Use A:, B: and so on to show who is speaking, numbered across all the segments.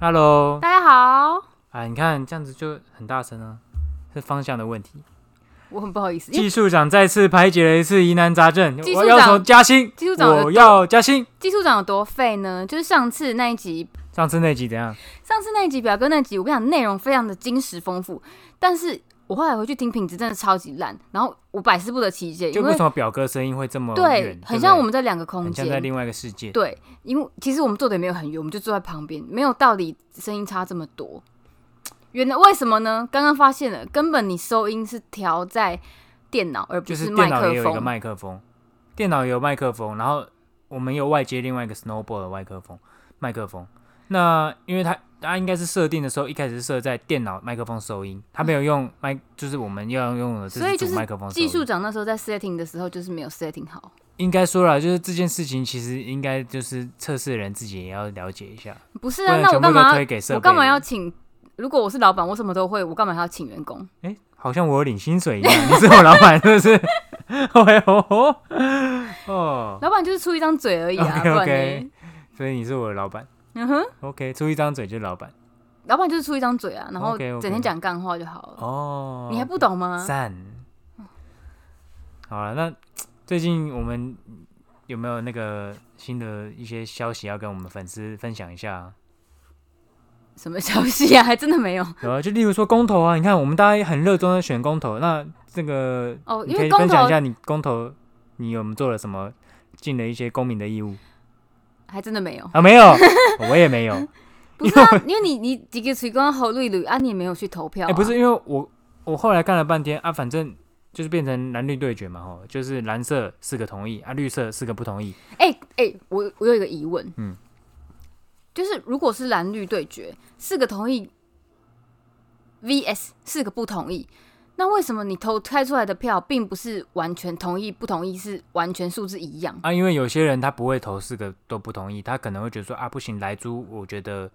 A: Hello，
B: 大家好，
A: 啊，你看这样子就很大声啊，是方向的问题。
B: 我很不好意思，因为
A: 技术长再次排解了一次疑难杂症，
B: 技
A: 我
B: 术
A: 要
B: 长
A: 求加薪，
B: 技术长有
A: 我要加薪。
B: 技术长有多废呢？就是上次那一集，
A: 上次那集怎样？
B: 上次那一集表哥那集，我跟你讲，内容非常的精实丰富，但是我后来回去听，品质真的超级烂，然后我百思不得其解，
A: 就
B: 因
A: 为
B: 为
A: 什么表哥声音会这么远？
B: 对
A: 不，
B: 很像我们在两个空
A: 很像在
B: 间。
A: 另外一个世界。
B: 对，因为其实我们坐的也没有很远，我们就坐在旁边，没有道理声音差这么多。原来为什么呢？刚刚发现了，根本你收音是调在电脑，而不
A: 就是
B: 麦
A: 电脑
B: 克
A: 也有一个
B: 风。
A: 麦克风，电脑也有麦克风，然后我们有外接另外一个 Snowball 的麦克风，麦克风。那因为它它应该是设定的时候，一开始是设在电脑麦克风收音，它没有用麦，就是我们要用的
B: 所以
A: 主
B: 就是
A: 麦克风收音。
B: 技术长那时候在 setting 的时候，就是没有 setting 好，
A: 应该说了，就是这件事情其实应该就是测试人自己也要了解一下，
B: 不是
A: 不
B: 啊？
A: 然
B: 那
A: 全
B: 我
A: 部
B: 干
A: 都
B: 嘛要
A: 推给设备。
B: 我干嘛要？请？如果我是老板，我什么都会，我干嘛还要请员工？
A: 哎、好像我有领薪水一样，你是我老板是不是？ 哎呦，哦，
B: 老板就是出一张嘴而已啊
A: OK，
B: 不然
A: OK
B: 呢？
A: 所以你是我的老板。
B: 嗯哼，
A: OK，出一张嘴就是老板。
B: 老板就是出一张嘴啊，然后
A: OK，OK
B: 整天讲干话就好了。
A: 哦，
B: 你还不懂吗？
A: 赞？好了，那最近我们有没有那个新的一些消息要跟我们粉丝分享一下啊？
B: 什么消息啊？还真的没有
A: 有啊，就例如说公投啊，你看我们大家很热衷的选公投，那这个
B: 哦，
A: 你
B: 因
A: 可
B: 为
A: 以
B: 公
A: 分享
B: 投
A: 一下你公投，你有没有做了什么，尽了一些公民的义务
B: 还真的没有。
A: 啊？没有，我也 没有。
B: 不是啊，因为你你几个水光侯绿绿啊，你也没有去投票、
A: 哎、
B: 啊
A: 不是，因为我我后来看了半天啊，反正就是变成蓝绿对决嘛，吼，就是蓝色四个同意啊，绿色四个不同意。
B: 哎哎、我我有一个疑问，
A: 嗯
B: 嗯，就是如果是蓝绿对决，四个同意 VS 四个不同意，那为什么你投开出来的票并不是完全同意不同意，是完全数字一样？
A: 啊，因为有些人他不会投四个都不同意，他可能会觉得说啊，不行，莱猪，我觉得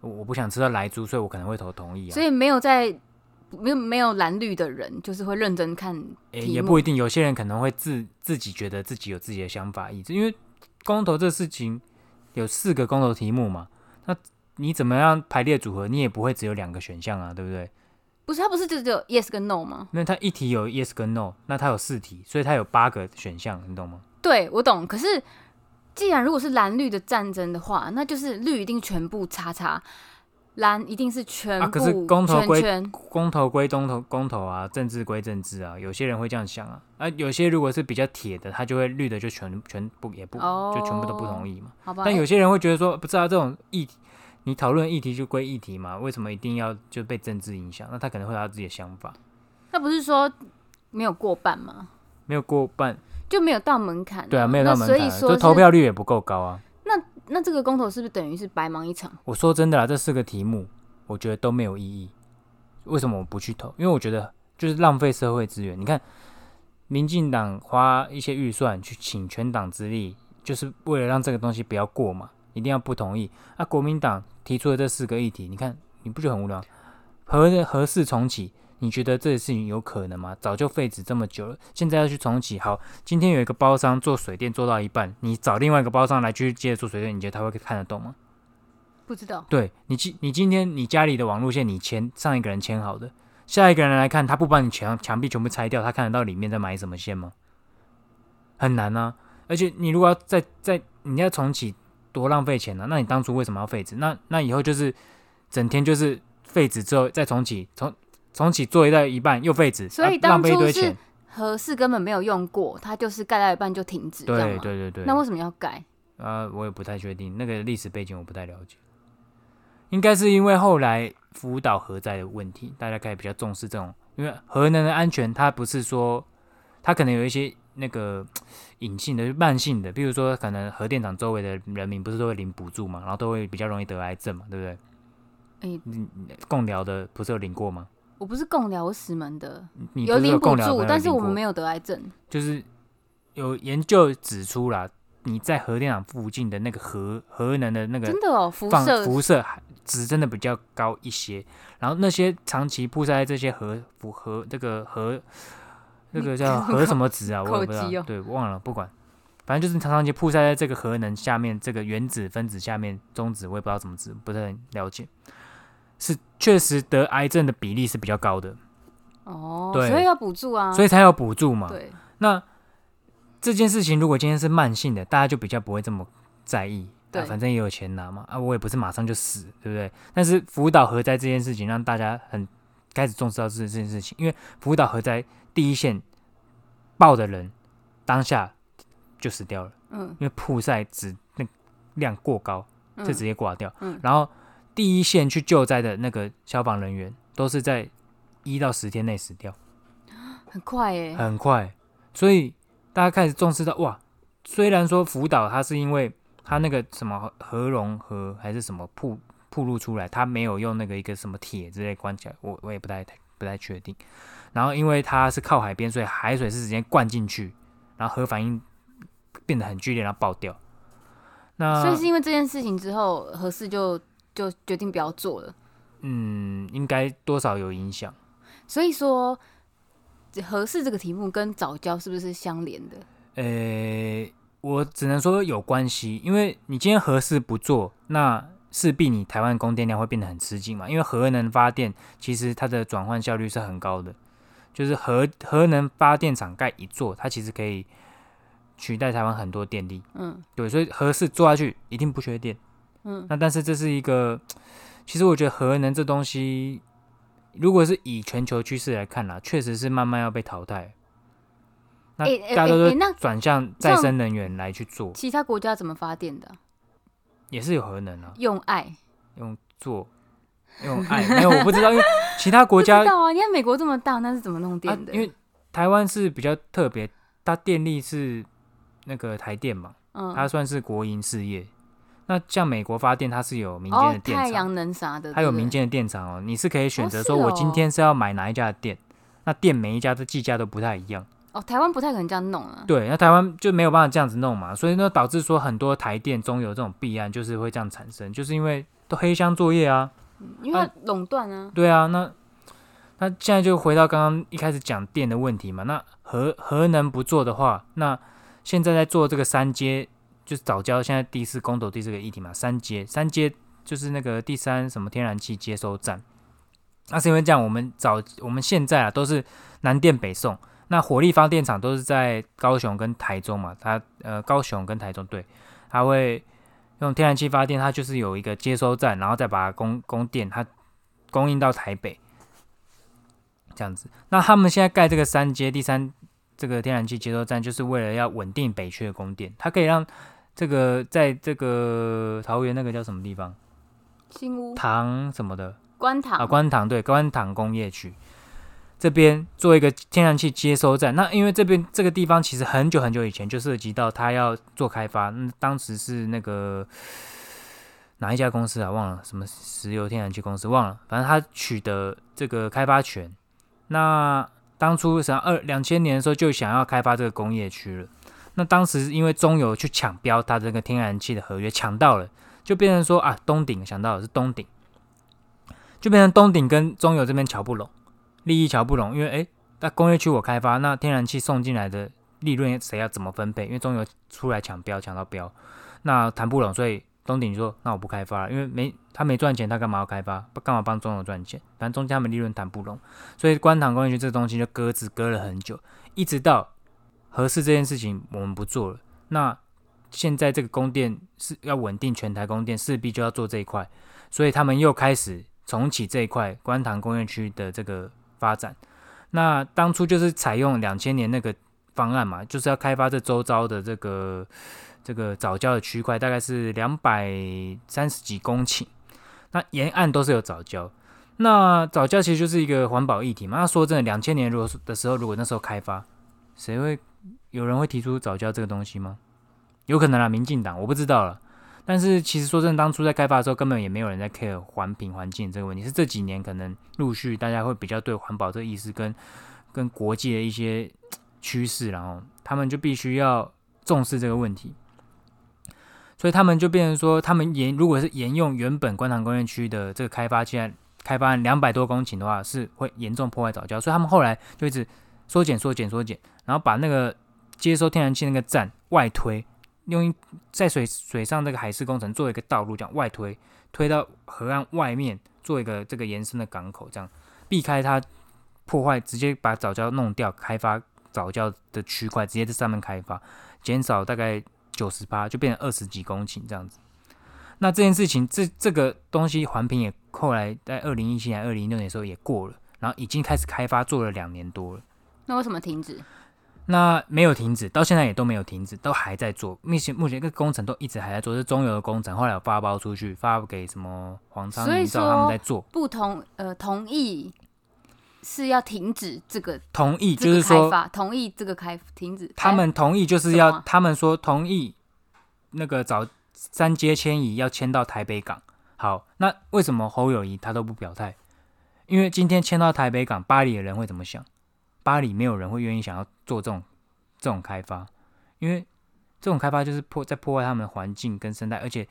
A: 我我不想吃到莱猪，所以我可能会投同意啊。
B: 所以没有在没有没有蓝绿的人，就是会认真看
A: 诶
B: 题
A: 也
B: 目
A: 不一定，有些人可能会自自己觉得自己有自己的想法意志，因为公投这事情有四个公投题目嘛，那你怎么样排列组合，你也不会只有两个选项啊，对不对？
B: 不是他不是就只有 yes 跟 no 吗？
A: 那它一题有 yes 跟 no，那它有四题，所以它有八个选项，你懂吗？
B: 对，我懂。可是，既然如果是蓝绿的战争的话，那就是绿一定全部叉叉，蓝一定是全部、
A: 啊可是公投归
B: 圈圈。
A: 公投归公投，公投啊，政治归政治啊，有些人会这样想啊，啊，有些如果是比较铁的，他就会绿的就全全部也不、
B: 哦
A: 就全部都不同意嘛。
B: 好吧？
A: 但有些人会觉得说，不是啊，这种议题，你讨论议题就归议题嘛，为什么一定要就被政治影响？那他可能会有他自己的想法，
B: 那不是说没有过半吗？
A: 没有过半，
B: 就没有到门槛、
A: 对啊，没有
B: 那
A: 到门
B: 所
A: 槛
B: 以
A: 啊，
B: 说
A: 就是投票率也不够高啊。
B: 那这个公投是不是等于是白忙一场？
A: 我说真的啦，这四个题目我觉得都没有意义，为什么我不去投？因为我觉得就是浪费社会资源。你看，民进党花一些预算去请全党之力，就是为了让这个东西不要过嘛，一定要不同意。那、国民党提出的这四个议题，你看你不觉得很无聊？何何事重启？你觉得这件事情有可能吗？早就废止这么久了，现在要去重启，好，今天有一个包商做水电做到一半，你找另外一个包商来继续接着做水电，你觉得他会看得懂吗？
B: 不知道。
A: 对你今你今天你家里的网路线你签上一个人签好的，下一个人来看，他不把你墙墙壁全部拆掉，他看得到里面在埋什么线吗？很难啊！而且你如果要再再你要重启，多浪费钱啊！那你当初为什么要废止？那那以后就是整天就是废止之后再重启，重重启做一到一半又废止，
B: 所以
A: 啊
B: 当
A: 浪费一
B: 初
A: 堆
B: 是
A: 钱。
B: 合适根本没有用过，它就是盖到一半就停止，这样
A: 对
B: 吗？
A: 对对对，
B: 那为什么要盖？
A: 啊，我也不太确定那个历史背景，我不太了解。应该是因为后来福岛核灾的问题，大家开始比较重视这种，因为核能的安全，它不是说它可能有一些那个隐性的、慢性的，比如说可能核电厂周围的人民不是都会领补助嘛，然后都会比较容易得癌症嘛，对不对？
B: 哎
A: 你共疗的不是有领过吗？
B: 我不是共疗，我是石门的，
A: 你不
B: 有
A: 是
B: 领
A: 共
B: 补
A: 疗的朋
B: 助，
A: 友
B: 但是
A: 领
B: 我们
A: 过
B: 没有得癌症。
A: 就是有研究指出啦，你在核电厂附近的那个核核能的那个
B: 真的哦，辐
A: 放
B: 射
A: 辐射还值真的比较高一些。然后那些长期曝晒在这些核辐核这个核那个叫
B: 你
A: 核什么值啊，我
B: 口
A: 也不知
B: 急
A: 道，
B: 哦
A: 对，忘了，不管。反正就是常常街曝晒在这个核能下面，这个原子分子下面，中子我也不知道怎么指，不是很了解。是确实得癌症的比例是比较高的，
B: 哦，
A: 对
B: 所以要补助啊，
A: 所以才有补助嘛。
B: 对，
A: 那这件事情如果今天是慢性的，大家就比较不会这么在意。
B: 对
A: 啊反正也有钱拿嘛，啊，我也不是马上就死，对不对？但是福岛核灾这件事情让大家很开始重视到这这件事情，因为福岛核灾第一线爆的人当下就死掉了，
B: 嗯，
A: 因为曝晒值那量过高，
B: 嗯
A: 就直接挂掉。
B: 嗯
A: 然后第一线去救灾的那个消防人员都是在一到十天内死掉。
B: 很快哎，
A: 很快，所以大家开始重视到哇。虽然说福岛它是因为它那个什么核融合还是什么铺铺露出来，它没有用那个一个什么铁之类关起来，我我也不太不太确定。然后因为它是靠海边，所以海水是直接灌进去，然后核反应变得很剧烈，然后爆掉。那
B: 所以是因为这件事情之后，何氏就就决定不要做了。
A: 嗯，应该多少有影响。
B: 所以说，合适这个题目跟早教是不是相连的？
A: 呃、我只能说有关系，因为你今天核试不做，那势必你台湾供电量会变得很吃紧嘛。因为核能发电其实它的转换效率是很高的，就是核核能发电厂盖一座，它其实可以取代台湾很多电力。
B: 嗯
A: 对，所以核试做下去一定不缺电。
B: 嗯，
A: 那但是这是一个，其实我觉得核能这东西，如果是以全球趋势来看啦，确实是慢慢要被淘汰。那
B: 诶诶
A: 大家
B: 诶
A: 都
B: 诶那
A: 转向再生能源来去做，
B: 其他国家怎么发电的啊？
A: 也是有核能啊，
B: 用爱？
A: 用做用爱 没有，我不知道，因为其他国家
B: 不知道啊，你看美国这么大，那是怎么弄
A: 啊
B: 电的？，
A: 因为台湾是比较特别，它电力是那个台电嘛，它
B: 嗯，
A: 算是国营事业。那像美国发电，它是有民间
B: 哦
A: 的，电
B: 太
A: 厂，
B: 阳能啥的，
A: 它有
B: 对不对
A: 民间的电厂哦，你是可以选择说
B: 哦是哦
A: 我今天是要买哪一家的电，那电每一家的计价都不太一样。
B: 哦，台湾不太可能这样弄啊。
A: 对，那台湾就没有办法这样子弄嘛，所以呢导致说很多台电中油这种弊案就是会这样产生，就是因为都黑箱作业啊。
B: 因为它垄断啊，
A: 对啊，那那现在就回到刚刚一开始讲电的问题嘛，那核核能不做的话，那现在在做这个三阶，就是早教现在第四公投第四个议题嘛，三阶三阶就是那个第三什么天然气接收站，那是因为这样，我们早我们现在啊都是南电北送，那火力发电厂都是在高雄跟台中嘛，它呃高雄跟台中对，它会用天然气发电，它就是有一个接收站，然后再把它供供电，它供应到台北，这样子。那他们现在盖这个三阶第三这个天然气接收站，就是为了要稳定北区的供电，它可以让这个在这个桃园那个叫什么地方
B: 新屋
A: 糖什么的
B: 关塔
A: 啊，观塘对观塘工业区这边做一个天然气接收站。那因为这边这个地方其实很久很久以前就涉及到它要做开发，嗯，当时是那个哪一家公司啊？忘了什么石油天然气公司忘了，反正它取得这个开发权。那当初想二两千年的时候就想要开发这个工业区了。那当时因为中油去抢标它这个天然气的合约，抢到了，就变成说啊，东鼎想到的是东鼎，就变成东鼎跟中油这边瞧不拢，利益瞧不拢，因为诶，那工业区我开发，那天然气送进来的利润谁要怎么分配？因为中油出来抢标，抢到标，那谈不拢，所以东鼎就说那我不开发了，因为没他没赚钱，他干嘛要开发？干嘛帮中油赚钱？反正中间他们利润谈不拢，所以观塘工业区这东西就搁置搁了很久，一直到合适这件事情我们不做了，那。现在这个供电是要稳定全台供电，势必就要做这一块。所以他们又开始重启这一块观塘工业区的这个发展。那当初就是采用两千年那个方案嘛，就是要开发这周遭的这个这个早教的区块，大概是两百三十几公顷。那沿岸都是有早教，那早教其实就是一个环保议题嘛。那说真的，两千年如果是的时候，如果那时候开发，谁会有人会提出早教这个东西吗？有可能啦，民进党我不知道了。但是其实说真的，当初在开发的时候，根本也没有人在 care 环评环境这个问题，是这几年可能陆续大家会比较对环保这个意识跟 跟国际的一些嘖趋势，然后他们就必须要重视这个问题，所以他们就变成说，他们沿如果是沿用原本观塘工业区的这个开发，现在开发两百多公顷的话，是会严重破坏早教，所以他们后来就一直缩减、缩减、缩减，然后把那个接收天然气那个站外推，用一在水水上这个海事工程做一个道路，这样外推推到河岸外面，做一个这个延伸的港口，这样避开它破坏，直接把早教弄掉，开发早教的区块，直接在上面开发，减少大概九十八，就变成二十几公顷这样子。那这件事情，这这个东西环评也后来在二零一七年、二零一六年的时候也过了，然后已经开始开发，做了两年多了。
B: 那为什么停止？
A: 那没有停止，到现在也都没有停止，都还在做。目前目前这个工程都一直还在做，是中油的工程，后来有发包出去，发给什么黄昌
B: 所以
A: 明照他们
B: 说
A: 在做。
B: 不同呃同意是要停止这个
A: 同意
B: 这
A: 就是
B: 个开
A: 说，
B: 发，同意这个开停止。
A: 他们同意就是
B: 什么
A: 要
B: 啊，
A: 他们说同意那个早三阶迁移要迁到台北港。好，那为什么侯友谊他都不表态？因为今天迁到台北港，巴黎的人会怎么想？巴黎没有人会愿意想要做这种这种开发，因为这种开发就是破在破坏他们的环境跟生态，而且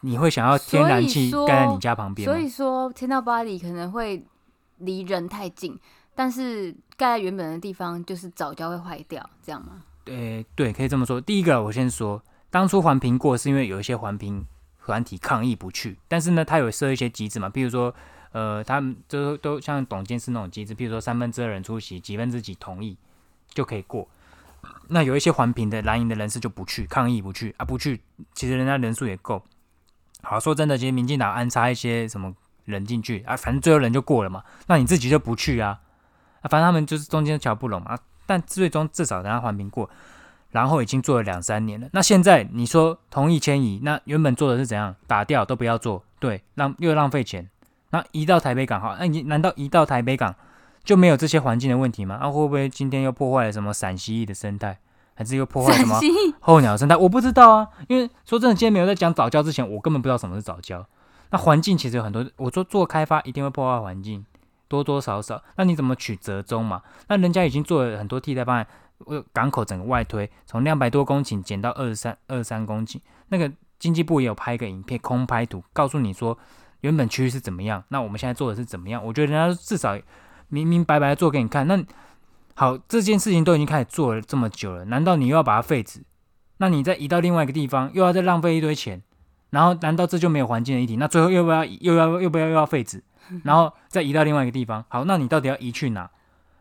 A: 你会想要天然气
B: 所以说
A: 盖在你家旁边
B: 所
A: 吗
B: 以？说迁到巴黎可能会离人太近，但是盖在原本的地方就是早教会坏掉，这样吗？
A: 对对，可以这么说。第一个，我先说，当初环评过是因为有一些环评团体抗议不去，但是呢，它有设一些机制嘛，比如说，呃，他们都都像董监事那种机制，比如说三分之二人出席，几分之几同意就可以过。那有一些环评的蓝营的人士就不去抗议不去啊，不去，其实人家人数也够。好，说真的，其实民进党安插一些什么人进去啊，反正最后人就过了嘛，那你自己就不去啊，啊，反正他们就是中间瞧不拢嘛、啊，但最终至少人家环评过，然后已经做了两三年了。那现在你说同意迁移，那原本做的是怎样？打掉都不要做，对，浪又浪费钱。那移到台北港哈，那你难道移到台北港就没有这些环境的问题吗？那、会不会今天又破坏了什么陕西蜴的生态，还是又破坏了什 么
B: 陕西
A: 候鸟生态？我不知道啊，因为说真的，今天没有在讲早教之前，我根本不知道什么是早教。那环境其实有很多，我说做开发一定会破坏环境，多多少少。那你怎么取折中嘛？那人家已经做了很多替代方案，呃，港口整个外推，从两百多公顷减到二十三二三公顷。那个经济部也有拍一个影片，空拍图，告诉你说原本区域是怎么样，那我们现在做的是怎么样。我觉得人家至少明明白白地做给你看。那好，这件事情都已经开始做了这么久了，难道你又要把它废止？那你再移到另外一个地方，又要再浪费一堆钱，然后难道这就没有环境的议题？那最后又不要又要又不要又要废止，然后再移到另外一个地方？好，那你到底要移去哪？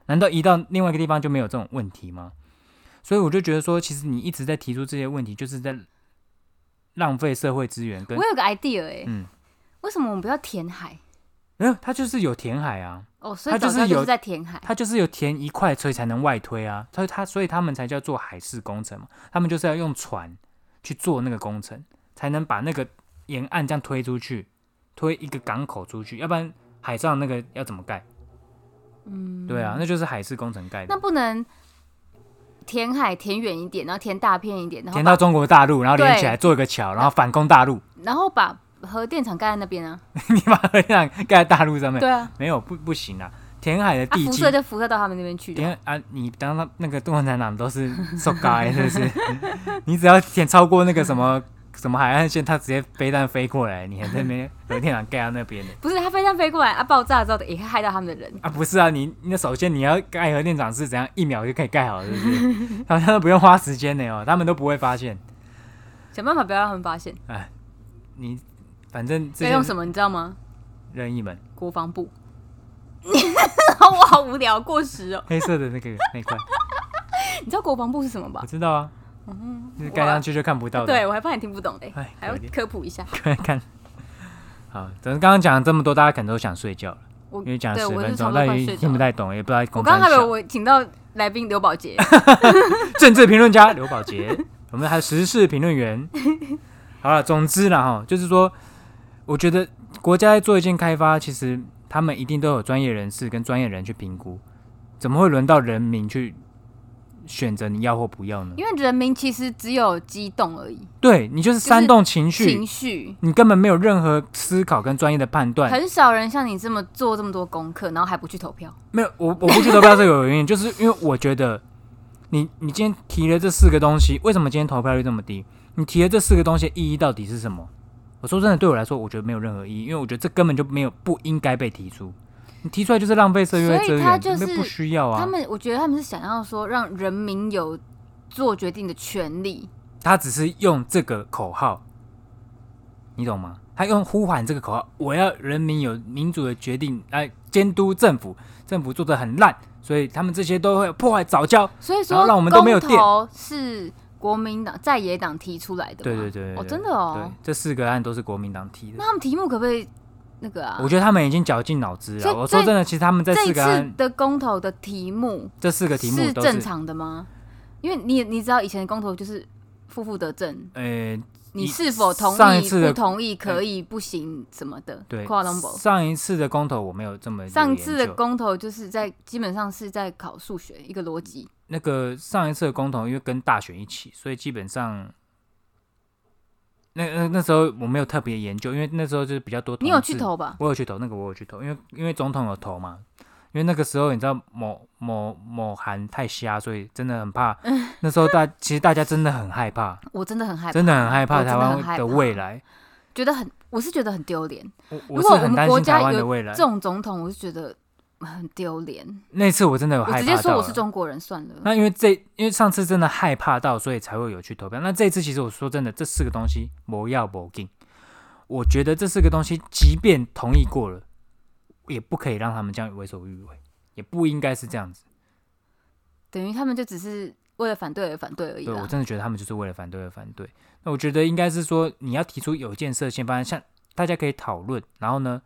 A: 难道移到另外一个地方就没有这种问题吗？所以我就觉得说，其实你一直在提出这些问题，就是在浪费社会资源跟
B: 我有个 idea 哎、
A: 嗯，
B: 为什么我们不要填海？
A: 没有，它就是有填海啊，
B: 哦，所以
A: 它就
B: 早
A: 是
B: 教就
A: 有
B: 是在填海。
A: 它就是有填一块，所以才能外推啊。所以它所以他们才叫做海事工程嘛，他们就是要用船去做那个工程，才能把那个沿岸这样推出去，推一个港口出去，要不然海上那个要怎么盖？嗯，对啊，那就是海事工程盖的
B: 那，不能填海填远一点，然后填大片一点，然后
A: 填
B: 把
A: 到中国大陆，然后连
B: 对
A: 起来做一个桥，然后反攻大陆，
B: 然后把核电厂盖在那边啊。
A: 你把它这样盖在大陆上面，
B: 对啊，
A: 没有不不行啊，填海的
B: 啊
A: 地
B: 辐
A: 基
B: 射就辐射到他们那边去
A: 因
B: 了。
A: 为啊，你当他那个共产党都是 受该是不是？ 你只要填超过那个什么什么海岸线，他直接飞弹飞过来，你还在那边核电厂盖到那边的
B: 不是，它飞弹飞过来啊，爆炸之后也会害到他们的人。
A: 啊？不是啊，你那首先你要盖核电厂是怎样，一秒就可以盖好，是不是？ 好像都不用花时间的哦，他们都不会发现
B: 想办法不要让他们发现。
A: 你。反正这
B: 要用
A: 些
B: 什么，你知道吗？
A: 任意门
B: 国防部。 我好无聊，过时哦。
A: 黑色的那个 那块，
B: 你知道国防部是什么吧
A: 我？知道啊，就是盖上去就看不到的。
B: 对，我还怕你听不懂嘞、
A: 哎
B: 还要
A: 可怜
B: 科普一下。
A: 看 看。好，等刚刚讲了这么多，大家可能都想睡觉了，
B: 我
A: 因为讲了
B: 对
A: 十
B: 我是
A: 分
B: 差
A: 钟，
B: 不
A: 但
B: 多快
A: 也
B: 睡
A: 听不
B: 着了。
A: 太懂，也不知道。
B: 我刚刚还以为我请到来宾刘 宝杰，
A: 政治评论家刘宝杰， 我们还有时事评论员。 好了，总之啦哈，就是说，我觉得国家在做一件开发，其实他们一定都有专业人士跟专业人去评估，怎么会轮到人民去选择你要或不要呢？
B: 因为人民其实只有激动而已，
A: 对你就是煽动情绪，
B: 情绪
A: 你根本没有任何思考跟专业的判断，
B: 很少人像你这么做这么多功课，然后还不去投票。
A: 没有，我我不去投票是有原因，就是因为我觉得你你今天提了这四个东西，为什么今天投票率这么低？你提了这四个东西的意义到底是什么？我说真的，对我来说，我觉得没有任何意义，因为我觉得这根本就没有不应该被提出。你提出来就是浪费社会
B: 所以
A: 资
B: 他
A: 源，
B: 就是
A: 根本不需要
B: 他
A: 啊。
B: 们，我觉得他们是想要说让人民有做决定的权利。
A: 他只是用这个口号，你懂吗？他用呼喊这个口号，我要人民有民主的决定来监督政府，政府做的很烂，所以他们这些都会破坏早教。
B: 所以
A: 然
B: 说，
A: 后让我们都没有
B: 公
A: 电
B: 投是国民党在野党提出来的
A: 对
B: 嘛。
A: 对对对
B: 哦，
A: 对
B: 真的哦
A: 对。，这四个案都是国民党提的
B: 那。他们题目可不可以那个啊
A: 我？觉得他们已经绞尽脑汁
B: 所以
A: 了。我说
B: 这
A: 真的，其实他们这
B: 这一
A: 四个
B: 次
A: 案，
B: 的公投的题目
A: 这四个题目
B: 是
A: 都
B: 正
A: 是，
B: 常的吗？因为你你知道以前的公投就是负负得正，
A: 呃，
B: 你
A: 以
B: 是否同
A: 上一
B: 意、
A: 次的
B: 不同意、可以、不行什么的。
A: 对
B: 跨 number。
A: 上一次的公投我没有这么有
B: 上
A: 研
B: 次的
A: 究
B: 公投就是在基本上是在考数学一个逻辑，
A: 那个上一次的公投，因为跟大选一起，所以基本上那那那时候我没有特别研究，因为那时候就是比较多。
B: 你有去？投吧？
A: 我有去投，那个我有去投，因为因为总统有投嘛。因为那个时候你知道某某某韩太瞎，所以真的很 怕。那时候大其实大家真的很害怕，
B: 我真的很害怕，
A: 真的很害怕
B: 我真
A: 台
B: 的很
A: 湾
B: 害
A: 的
B: 怕
A: 未来。
B: 觉得很，我是觉得很丢脸。
A: 我
B: 如
A: 我
B: 果
A: 是
B: 我
A: 很
B: 们
A: 担
B: 国
A: 心
B: 家
A: 台湾
B: 有
A: 的未来
B: 这。种总统，我就觉得很丢脸。
A: 那次我真的有
B: 我
A: 害
B: 直接
A: 怕
B: 说
A: 到
B: 我是
A: 了。
B: 中国人算了。
A: 那因为这因为上次真的害怕到，所以才会有去投票。那这一次其实我说真的，这四个东西不要不进，我觉得这四个东西即便同意过了，也不可以让他们这样为所欲为，也不应该是这样子。
B: 等于他们就只是为了反对而反对而已啊
A: 对我
B: 啦。
A: 真的觉得他们就是为了反对而反对。那我觉得应该是说，你要提出有建设性方案，像大家可以讨论，然后呢，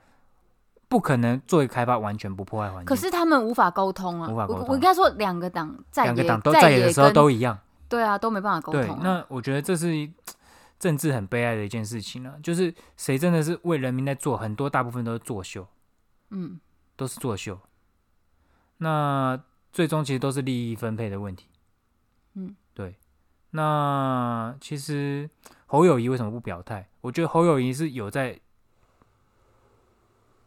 A: 不可能做一个开发完全不破坏环境。
B: 可是他们无法沟通啊！
A: 无法沟
B: 我
A: 通
B: 我应该说两个党在野
A: 两个党都
B: 在
A: 在野的时候
B: 跟
A: 都一样。
B: 对啊，都没办法沟
A: 对
B: 通、，啊。
A: 那我觉得这是一政治很悲哀的一件事情啊，就是谁真的是为人民在做，很多大部分都是作秀，
B: 嗯，
A: 都是作秀。那最终其实都是利益分配的问题。
B: 嗯，
A: 对。那其实侯友谊为什么不表态？我觉得侯友谊是有在，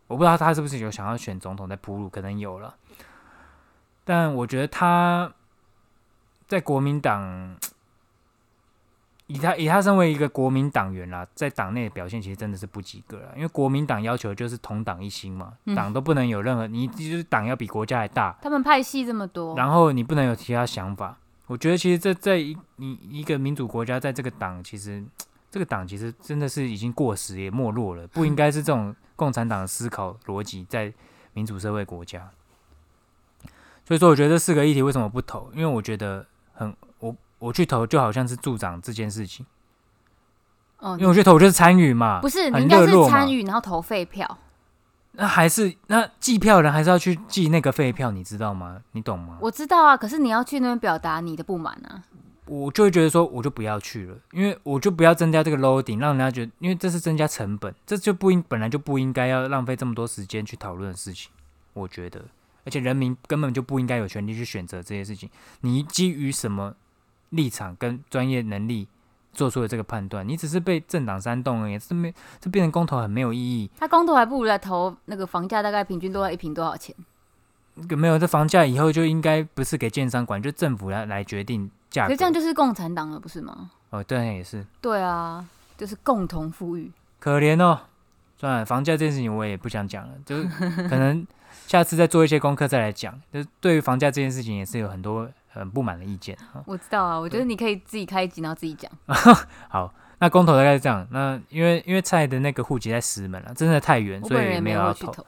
A: 我不知道他是不是有想要选总统在铺路，可能有了。但我觉得他在国民党，以他以他身为一个国民党员啦，在党内的表现其实真的是不及格了。因为国民党要求就是同党一心嘛，
B: 嗯
A: 党都不能有任何，你就是党要比国家还大，
B: 他们派系这么多，
A: 然后你不能有其他想法。我觉得其实这在一你一个民主国家，在这个党其实这个党其实真的是已经过时也没落了， 不应该是这种共产党的思考逻辑在民主社会国家。所以说，我觉得这四个议题为什么不投？因为我觉得很我我去投就好像是助长这件事情，
B: 哦、
A: 因为我去投我就是参与嘛
B: 不，是，
A: 很
B: 你应该
A: 热
B: 是
A: 络嘛
B: 参与，然后投废票。
A: 那还是那计票人还是要去计那个废票，你知道吗？你懂吗？
B: 我知道啊，可是你要去那边表达你的不满啊。
A: 我就会觉得说，我就不要去了，因为我就不要增加这个 loading，让人家觉得，因为这是增加成本，这就不应本来就不应该要浪费这么多时间去讨论的事情，我觉得，而且人民根本就不应该有权利去选择这些事情。你基于什么立场跟专业能力做出了这个判断？你只是被政党煽动而已，这没这变成公投很没有意义。
B: 他公投还不如来投那个房价，大概平均落在一平多少钱？
A: 没有这房价以后就应该不是给建商管，就政府来来决定价
B: 可
A: 格
B: 是。这样就是共产党了，不是吗？
A: 哦，对，也是。
B: 对啊，就是共同富裕。
A: 可怜哦。算了，房价这件事情我也不想讲了，就是 可能下次再做一些功课再来讲。就是对于房价这件事情也是有很多很不满的意见啊。
B: 我知道啊，我觉得你可以自己开一集，然后自己讲。
A: 好，那公投大概是这样。那因为因为蔡的那个户籍在石门啊了、真的太远，
B: 我
A: 所
B: 本人
A: 以
B: 也
A: 没有
B: 有
A: 要
B: 去
A: 投。
B: 投。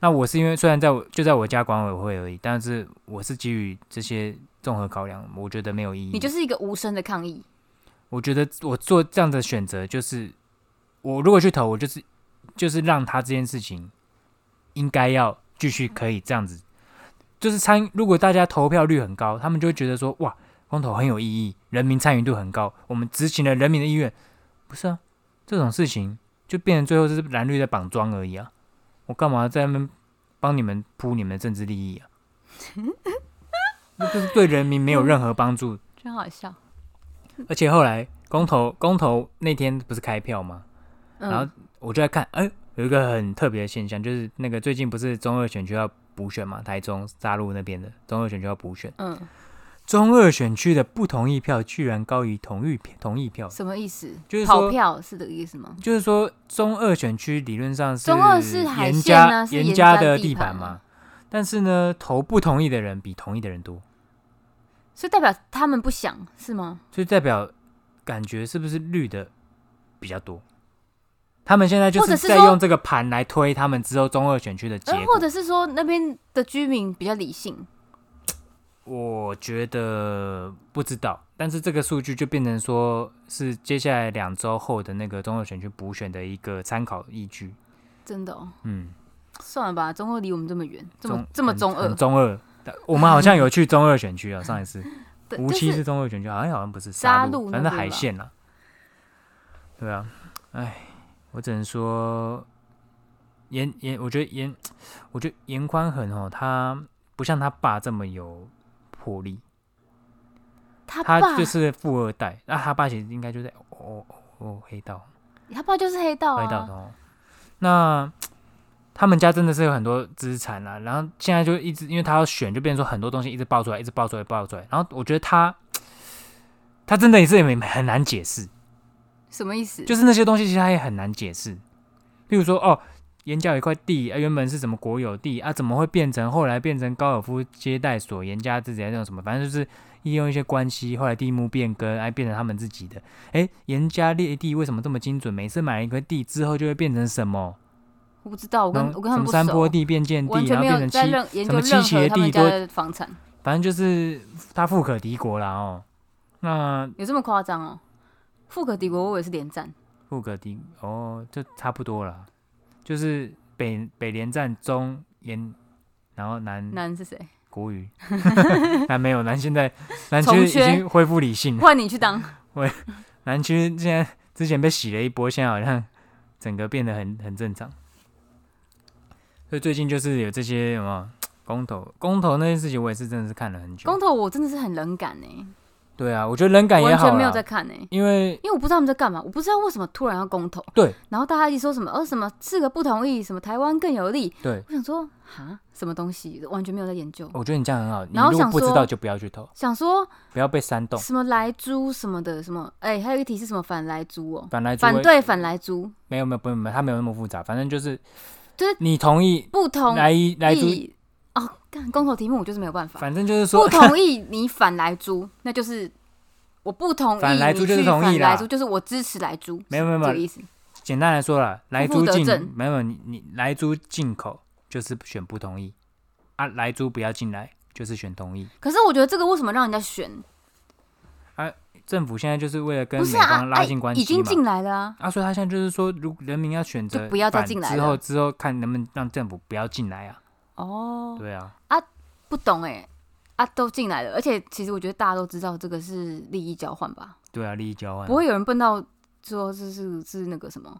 A: 那我是因为虽然在我就在我家管委会而已，但是我是基于这些综合考量，我觉得没有意义。
B: 你就是一个无声的抗议。
A: 我觉得我做这样的选择，就是我如果去投，我就是就是让他这件事情应该要继续可以这样子，就是参。如果大家投票率很高，他们就会觉得说哇，公投很有意义，人民参与度很高，我们执行了人民的意愿。不是啊，这种事情就变成最后就是蓝绿在绑桩而已啊！我干嘛在那边帮你们铺你们的政治利益啊？ 那就是对人民没有任何帮助，
B: 真好笑。
A: 而且后来公投公投那天不是开票吗？
B: 嗯，
A: 然后我就在看，哎、有一个很特别的现象，就是那个最近不是中二选区要补选嘛，台中大陆那边的中二选区要补选，
B: 嗯，
A: 中二选区的不同意票居然高于同意票，同意票，
B: 什么意思？
A: 就是说
B: 跑票是这个意思吗？
A: 就是说中二选区理论上是
B: 中二是海
A: 严
B: 线啊
A: 家
B: 是严
A: 家
B: 家
A: 的
B: 地
A: 地
B: 盘
A: 盘
B: 啊
A: 嘛，但是呢，投不同意的人比同意的人多，
B: 所以代表他们不想是吗？
A: 所以代表感觉是不是绿的比较多？他们现在就
B: 或者是
A: 在
B: 说
A: 用这个盘来推他们之后中二选区的结
B: 呃，
A: 果
B: 或。者是说那边的居民比较理性，
A: 我觉得不知道，但是这个数据就变成说是接下来两周后的那个中二选区补选的一个参考依据。
B: 真的、哦，
A: 嗯，
B: 算了吧，中二离我们这么远，这么
A: 中
B: 这么
A: 很
B: 中
A: 很
B: 二，
A: 中二。但我们好像有去中二选区啊，上一次
B: 对
A: 无
B: 就
A: 期
B: 是
A: 是中二选区，好像好像不是
B: 沙
A: 鹿
B: 鹿，那
A: 反正
B: 边
A: 海
B: 吧
A: 线啊。对啊，哎，我只能说严严，我觉得严，我觉得严宽恒哦，他不像他爸这么有魄力，
B: 他爸
A: 他就是富二代，那他爸其实应该就在哦哦哦黑道，
B: 他爸就是黑道啊，
A: 黑道的哦。那他们家真的是有很多资产啦、然后现在就一直因为他要选，就变成说很多东西一直爆出来，一直爆出来，爆出来。然后我觉得他他真的也是也没很难解释，
B: 什么意思？
A: 就是那些东西其实他也很难解释。例如说，哦，岩角有一块地，啊，原本是什么国有地啊，怎么会变成后来变成高尔夫接待所、严家自己的那种什么，反正就是利用一些关系，后来地目变更，哎，变成他们自己的。哎，严家列地为什么这么精准？每次买一块地之后就会变成什么？
B: 我不知道，我跟
A: 然后
B: 我跟他
A: 什
B: 们
A: 么
B: 不
A: 山坡
B: 熟，
A: 地变建
B: 完
A: 地，然
B: 全
A: 后
B: 没
A: 变
B: 有
A: 成
B: 在
A: 七，
B: 任研
A: 什
B: 究
A: 么
B: 任
A: 七
B: 何
A: 邪
B: 他们
A: 地
B: 家
A: 都
B: 的房产，
A: 反正就是他富可敌国啦哦。那
B: 有这么夸张哦？富可敌国，我也是连战，
A: 富可敌哦，就差不多啦，就是北北联站中延，然后南
B: 男是谁？
A: 国语， 南没有南现在南
B: 重
A: 区已
B: 缺
A: 经恢复理性了，
B: 换你去当，
A: 嗯南区现在之前被洗了一波，现在好像整个变得很很正常。所以最近就是有这些什么公投，公投那件事情，我也是真的是看了很久
B: 公。投我真的是很冷感呢、
A: 对啊，我觉得冷感也
B: 完
A: 好
B: 全没有
A: 啦
B: 在看呢、欸
A: 因为
B: 因为我不知道他们在干嘛，我不知道为什么突然要公投。
A: 对。
B: 然后大家一直说什么，呃，什么四个不同意，什么台湾更有利。
A: 对，
B: 我想说，哈，什么东西，完全没有在研究。
A: 我觉得你这样很好。你
B: 然后
A: 如果
B: 想
A: 不知
B: 说
A: 道就不要去投，
B: 想说
A: 不要被煽动。
B: 什么来猪什么的，什么，哎、还有一题是什么反来猪哦，
A: 反来欸就
B: 反
A: 会
B: 对反来猪，
A: 没有没有不没有，他没有那么复杂，反正就是
B: 就是
A: 你同意
B: 不同
A: 来一来租，
B: 意哦，干公投题目我就是没有办法，
A: 反正就是说
B: 不同意你反来猪，那就是我不同意
A: 反来
B: 你
A: 猪就是
B: 去
A: 同意
B: 反来
A: 啦
B: 猪就是我支持来猪，
A: 没有没有
B: 这
A: 没有
B: 个，意思。
A: 简单来说啦，来
B: 负
A: 租
B: 得
A: 进
B: 正
A: 没有没有你你来租进口就是选不同意啊，来租不要进来就是选同意。
B: 可是我觉得这个为什么让人家选？
A: 政府现在就是为了跟
B: 不
A: 美
B: 是啊，
A: 方拉
B: 哎
A: 近关
B: 已
A: 系
B: 经
A: 嘛。
B: 进来了啊，
A: 啊，所以他现在就是说，如人民要选择
B: 就不要再
A: 反
B: 进来
A: 之
B: 了
A: 后之后看能不能让政府不要进来啊？
B: 哦，
A: 对啊，
B: 不懂哎、啊，都进来了，而且其实我觉得大家都知道这个是利益交换吧，
A: 对啊，利益交换啊
B: 不。会有人笨到说这是是那个什么，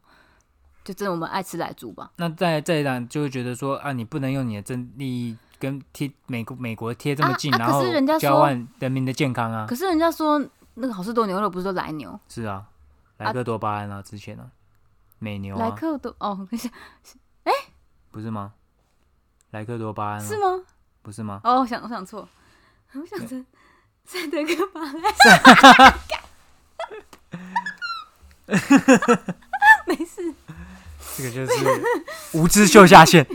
B: 就真的我们爱吃奶猪吧？
A: 那再再让就会觉得说啊，你不能用你的政利益跟贴美国美国贴这么
B: 啊
A: 近，
B: 啊
A: 然
B: 可是
A: 后
B: 人家
A: 交
B: 说
A: 换人民的健康啊
B: 可，是人家说那个好事多牛肉不是都来牛，
A: 是啊，
B: 啊
A: 莱克多巴胺啊，之前啊，美牛
B: 莱
A: 啊，
B: 克多哦，
A: 不是吗？莱克多巴胺、
B: 是
A: 啊、
B: 吗？
A: 不是吗？
B: 哦，我想我想错， 我想成在那个吧， 没事，
A: 这个就是 无知秀下限。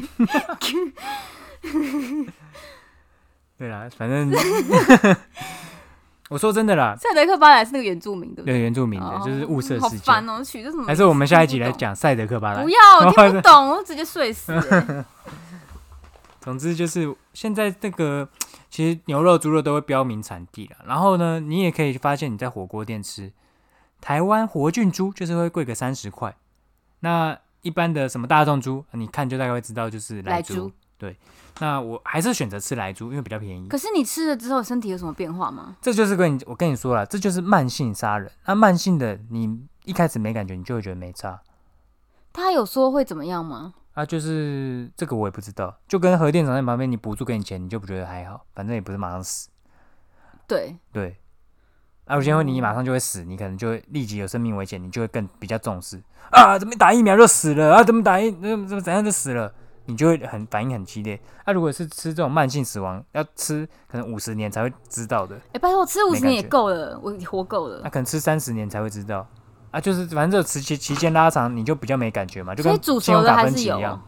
A: 对啦，反正 我说真的啦，
B: 塞德克巴莱是那个原住民对不对？
A: 对原住民的就是物色
B: 哦好
A: 事件，
B: 烦哦，取这什么？
A: 还是我们下一集来，嗯讲赛德克巴莱
B: 不。要，我听不懂，我直接睡死 欸。
A: 总之就是现在这个，其实牛肉、猪肉都会标明产地了。然后呢，你也可以发现你在火锅店吃台湾活菌猪，就是会贵个三十块。那一般的什么大众猪，你看就大概会知道就是
B: 来
A: 来
B: 猪
A: 猪。对，那我还是选择吃来猪，因为比较便宜。
B: 可是你吃了之后，身体有什么变化吗？
A: 这就是跟你我跟你说了，这就是慢性杀人。那慢性的，你一开始没感觉，你就会觉得没差。
B: 他有说会怎么样吗？
A: 啊，就是这个我也不知道，就跟核电厂在旁边，你补助给你钱，你就不觉得还好，反正也不是马上死。
B: 对，
A: 对，啊，有些会你
B: 哦
A: 马上就会死，你可能就会立即有生命危险，你就会更比较重视啊，怎么打疫苗就死了啊，怎么打疫怎么怎么怎样就死了，你就会很反应很激烈。啊，如果是吃这种慢性死亡，要吃可能五十年才会知道的，
B: 哎、拜托，我吃五
A: 没
B: 十
A: 感
B: 年也
A: 觉
B: 够了，我活够了
A: 那、。可能吃三十年才会知道。啊，就是反正这期期间拉长，你就比较没感觉嘛，就
B: 所以
A: 跟
B: 煮
A: 信用
B: 熟的
A: 卡
B: 还
A: 分
B: 是
A: 期
B: 有
A: 一样。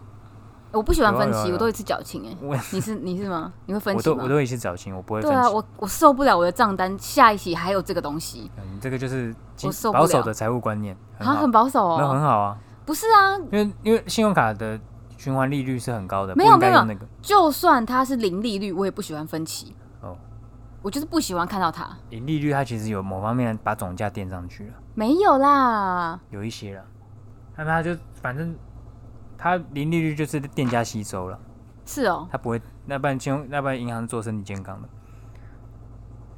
B: 我不喜欢分
A: 有啊有啊
B: 歧，
A: 有啊
B: 我都一次矫情哎。
A: 我
B: 你是你是吗？你会分
A: 我
B: 歧
A: 都
B: 吗
A: 我？都一些矫情，我不会分
B: 对
A: 析。
B: 啊，我我受不了我的账单，下一期还有这个东西，
A: 嗯，这个就是
B: 我受不
A: 保守
B: 了
A: 的财务观念，很
B: 啊，
A: 好，
B: 很保守
A: 没有
B: 哦。
A: 很好啊，
B: 不是啊，
A: 因为因为信用卡的循环利率是很高的，
B: 没有
A: 不应该
B: 没有
A: 用那个
B: 就算它是零利率，我也不喜欢分歧。
A: 哦
B: 我就是不喜欢看到它。
A: 零利率，它其实有某方面把总价垫上去了，
B: 没有啦，
A: 有一些了，那它就反正它零利率就是店家吸收了，
B: 是哦，
A: 它不会，那不然信用那不然银行是做身体健康的，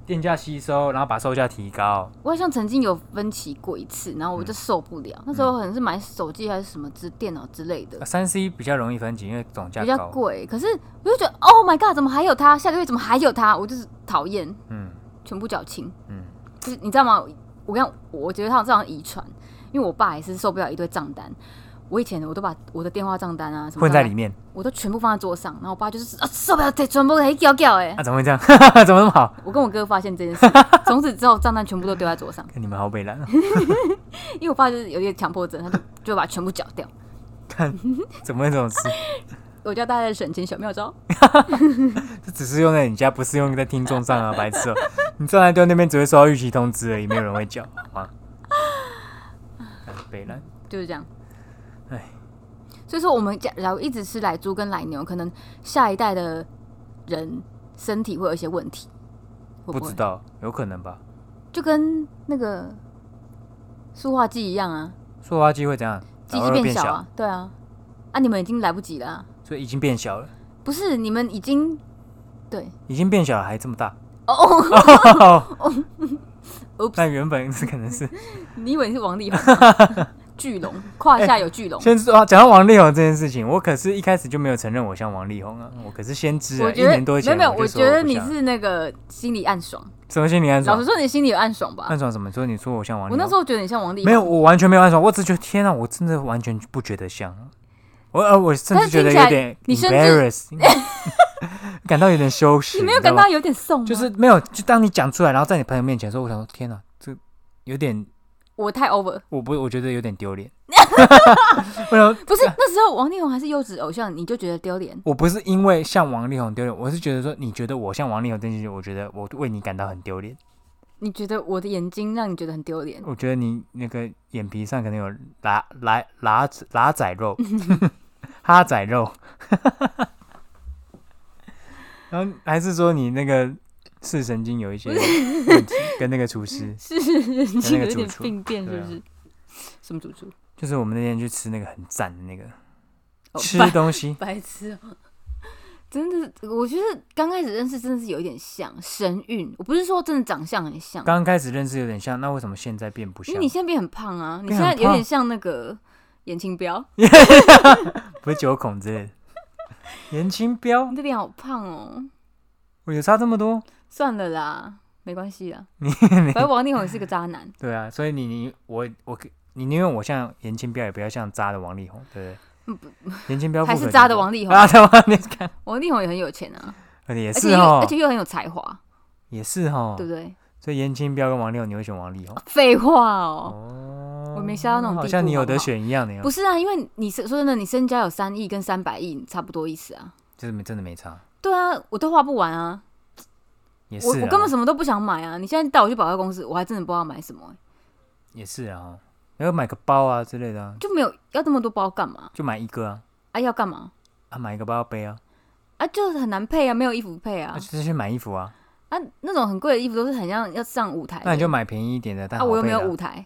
A: 店家吸收，然后把售价提高，
B: 我好像曾经有分歧过一次，然后我
A: 嗯
B: 就受不了。那时候可能是买手机还是什么之电脑之类的，
A: 三 C 比较容易分级，因为总价
B: 比较
A: 高，
B: 贵。可是我就觉得，Oh my god，怎么还有它？下个月怎么还有它？我就是讨厌，
A: 嗯
B: 全部矫情。
A: 嗯，
B: 就是你知道吗？我跟你讲我觉得他有这样的遗传，因为我爸也是受不了一堆账单。我以前我都把我的电话账单啊什么
A: 混在
B: 账单
A: 里，面，
B: 我都全部放在桌上。然后我爸就是啊受不了，全部给掉掉哎
A: 那、。啊怎么会这样？怎么那么好？
B: 我跟我哥发现这件事，从此之后账单全部都丢在桌上。
A: 你们好北蓝、啊，
B: 因为我爸就是有点强迫症，他就就把它全部缴掉。
A: 怎么会这种事？
B: 我教大家的省钱小妙招，
A: 这只是用在你家，不是用在听众上啊， 白痴、哦！你账单丢那边只会收到预期通知而已，没有人会缴，好吗？哎北兰，
B: 就是这样。
A: 哎，
B: 所以说我们假假如一直吃奶猪跟奶牛，可能下一代的人身体会有一些问题，会
A: 不
B: 会
A: 知道，有可能吧？
B: 就跟那个塑化剂一样啊，
A: 塑化剂会怎样？
B: 机
A: 然
B: 器
A: 后
B: 变
A: 变
B: 小啊，，对啊，啊你们已经来不及了啊、
A: 所以已经变小了，
B: 不是你们已经对
A: 已经变小了，还这么大。
B: 哦哦，Oops
A: 但原本是可能是
B: 你以为你是王力宏 吗？巨龙胯下有巨龙，
A: 先说啊，讲到王力宏这件事情，我可是一开始就没有承认我像王力宏啊，我可是先知啊，
B: 我
A: 一
B: 觉得
A: 年多
B: 没有
A: 前
B: 没有，
A: 我就
B: 觉
A: 说
B: 得
A: 不
B: 你
A: 像
B: 是那个心里暗爽。
A: 什么心理暗
B: 老实
A: 爽？
B: 说，你心里有暗爽吧
A: 暗？爽什么？所以你说我像王力宏？
B: 我那时候觉得你像王力宏，
A: 没有，，我完全没有暗爽，我只觉得天啊，我真的完全不觉得像，我呃，我甚
B: 但
A: 至觉
B: 是
A: 得
B: 听起
A: 有
B: 来
A: 点
B: 你甚至
A: embarrassing，感 到有点羞耻，
B: 你没有
A: 知道
B: 感
A: 吗
B: 到有点送吗？
A: 就是没有，就当你讲出来，然后在你朋友面前的时候，我想说天啊，这有点，
B: 我太 over，
A: 我不，我觉得有点丢脸。 我想说
B: 不是那时候王力宏还是优质偶像，你就觉得丢脸。
A: 我不是因为像王力宏丢脸，我是觉得说你觉得我像王力宏这件事，情，我觉得我为你感到很丢脸。
B: 你觉得我的眼睛让你觉得很丢脸？
A: 我觉得你那个眼皮上可能有拉拉拉拉仔 肉，哈仔肉，然后还是说你那个视神经有一些问 题，跟那个厨师，
B: 是，你
A: 那个
B: 有
A: 主
B: 点
A: 厨
B: 病变
A: 对
B: 是
A: 啊
B: 不是？什么主厨？
A: 就是我们那天去吃那个很赞的那个
B: 哦
A: 吃
B: 白
A: 东西，
B: 白痴哦、真的，我觉得刚开始认识真的是有一点像神韵。我不是说真的长相很像，
A: 刚开始认识有点像，那为什么现在变不
B: 因
A: 像
B: 为？你现在变很胖啊，你
A: 变
B: 现
A: 很
B: 在有点
A: 胖
B: 像那个严清标，
A: 不是九孔之类的， 严清标
B: 你，的脸好胖哦、
A: 我有差这么多？
B: 算了啦，没关系啦。
A: 你
B: 反正王力宏也是个渣男。
A: 对啊，所以你你我我你宁愿我像严清标，也不要像渣的王力宏，对不对？严清标
B: 嗯还
A: 不
B: 是
A: 可
B: 渣
A: 能
B: 的王力宏
A: 啊，对吧？你 看，
B: 王力宏也很有钱啊，
A: 而且也
B: 而
A: 是
B: 且又
A: 哦
B: 而，且又很有才华，
A: 也是哦
B: 对。不对？
A: 所以严清标跟王力宏，你会选王力宏？
B: 废话哦，
A: 哦
B: 我没想到那种地步
A: 好像你有
B: 好
A: 得
B: 不好
A: 选一样的样
B: 不，是啊，因为你是说真的，你身家有三亿跟三百亿差不多意思啊。
A: 就是没真的没差，
B: 对啊，我都花不完啊，
A: 也是
B: 我
A: 啊，
B: 我根本什么都不想买啊。你现在带我去百货公司，我还真的不知道买什么欸、
A: 也是啊，然后买个包啊之类的啊，
B: 就没有要那么多包干嘛？
A: 就买一个啊，
B: 啊，要干嘛？
A: 啊买一个包背啊，
B: 啊，就是很难配啊，没有衣服配啊
A: 那。就是去买衣服啊，
B: 啊，那种很贵的衣服都是很像要上舞台的。
A: 那你就买便宜一点的，但
B: 啊，
A: 好
B: 我又
A: 背
B: 没有
A: 的啊嗯
B: 舞台。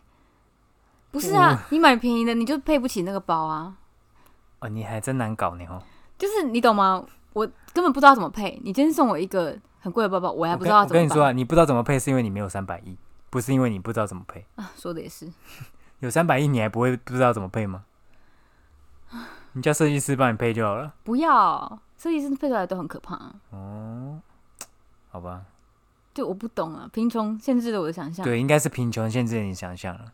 B: 不是啊，你买便宜的你就配不起那个包啊，
A: 哦，你还真难搞你哦，
B: 就是你懂吗？我根本不知道怎么配。你今天送我一个很贵的包包，我还
A: 我
B: 不
A: 跟
B: 知道
A: 我
B: 怎么
A: 跟你
B: 办。
A: 说啊，你不知道怎么配，是因为你没有三百亿，不是因为你不知道怎么配。
B: 啊，说的也是，
A: 有三百亿，你还不会不知道怎么配吗？你叫设计师帮你配就好了。
B: 不要设计师配出来都很可怕、啊。
A: 哦，好吧，
B: 就我不懂啊，贫穷限制了我的想象。
A: 对，应该是贫穷限制了你想象了。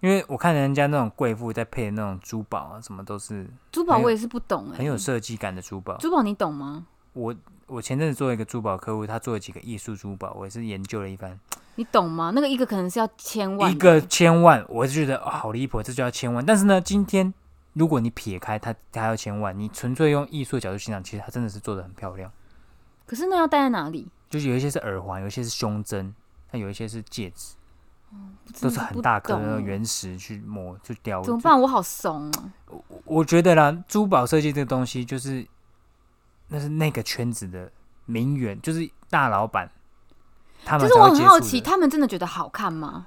A: 因为我看人家那种贵妇在配的那种珠宝啊，什么都是
B: 珠宝
A: 很有
B: 我也是不懂哎、
A: 很有设计感的珠宝。
B: 珠宝你懂吗？
A: 我我前阵子做一个珠宝客户，他做了几个艺术珠宝，我也是研究了一番，
B: 你懂吗？那个一个可能是要千万的，
A: 一个千万，我是觉得、哦、好离谱，这就要千万。但是呢，今天如果你撇开他他要千万，你纯粹用艺术的角度欣赏，其实他真的是做的很漂亮。
B: 可是那要戴在哪里？
A: 就是有一些是耳环，有一些是胸针，那有一些是戒指，都
B: 真
A: 是
B: 的
A: 很
B: 不
A: 大颗的
B: 懂
A: 那种
B: 欸
A: 原石去磨去雕。
B: 怎么
A: 就
B: 办？我好怂啊！
A: 我我觉得啦，珠宝设计这个东西就是那是那个圈子的名媛，就是大老板，他
B: 就
A: 们
B: 是
A: 才
B: 我
A: 会
B: 很
A: 接
B: 好
A: 触
B: 奇，
A: 的。
B: 他们真的觉得好看吗？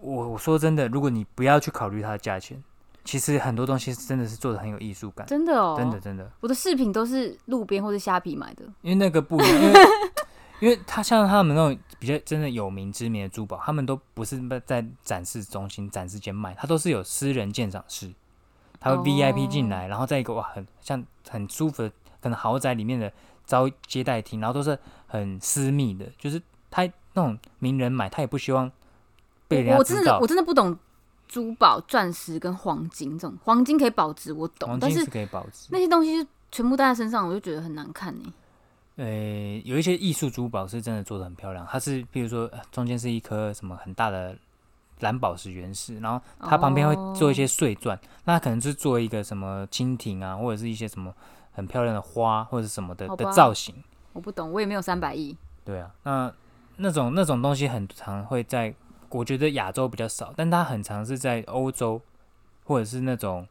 A: 我我说真的，如果你不要去考虑它的价钱，其实很多东西真的是做的很有艺术感，
B: 真的哦，
A: 真的，真的。
B: 我的饰品都是路边或是虾皮买的。
A: 因为那个不一样，因为因为他像他们那种比较真的有名知名的珠宝，他们都不是在展示中心、展示间卖，他都是有私人鉴赏室，他会
B: 哦
A: VIP 进来，然后在一个哇很像很舒服的可能豪宅里面的招接待厅，然后都是很私密的，就是他那种名人买，他也不希望被人
B: 我
A: 家
B: 我真
A: 知
B: 的
A: 道
B: 我。真的不懂珠宝、钻石跟黄金这种，黄金可以保值，我懂，
A: 黄
B: 但
A: 金
B: 是
A: 是可以保值
B: 那，些东西全部戴在身上，我就觉得很难看欸呢、
A: 呃，有一些艺术珠宝是真的做的很漂亮，它是比如说呃中间是一颗什么很大的蓝宝石原石，然后它旁
B: 哦
A: 边会做一些碎钻，那可能是做一个什么蜻蜓啊，或者是一些什么很漂亮的花或者什么的
B: 好吧
A: 的造型。
B: 我不懂，我也没有三百亿。
A: 对啊，那那种那种东西很常会在，我觉得亚洲比较少，但它很常是在欧洲，或者是那种，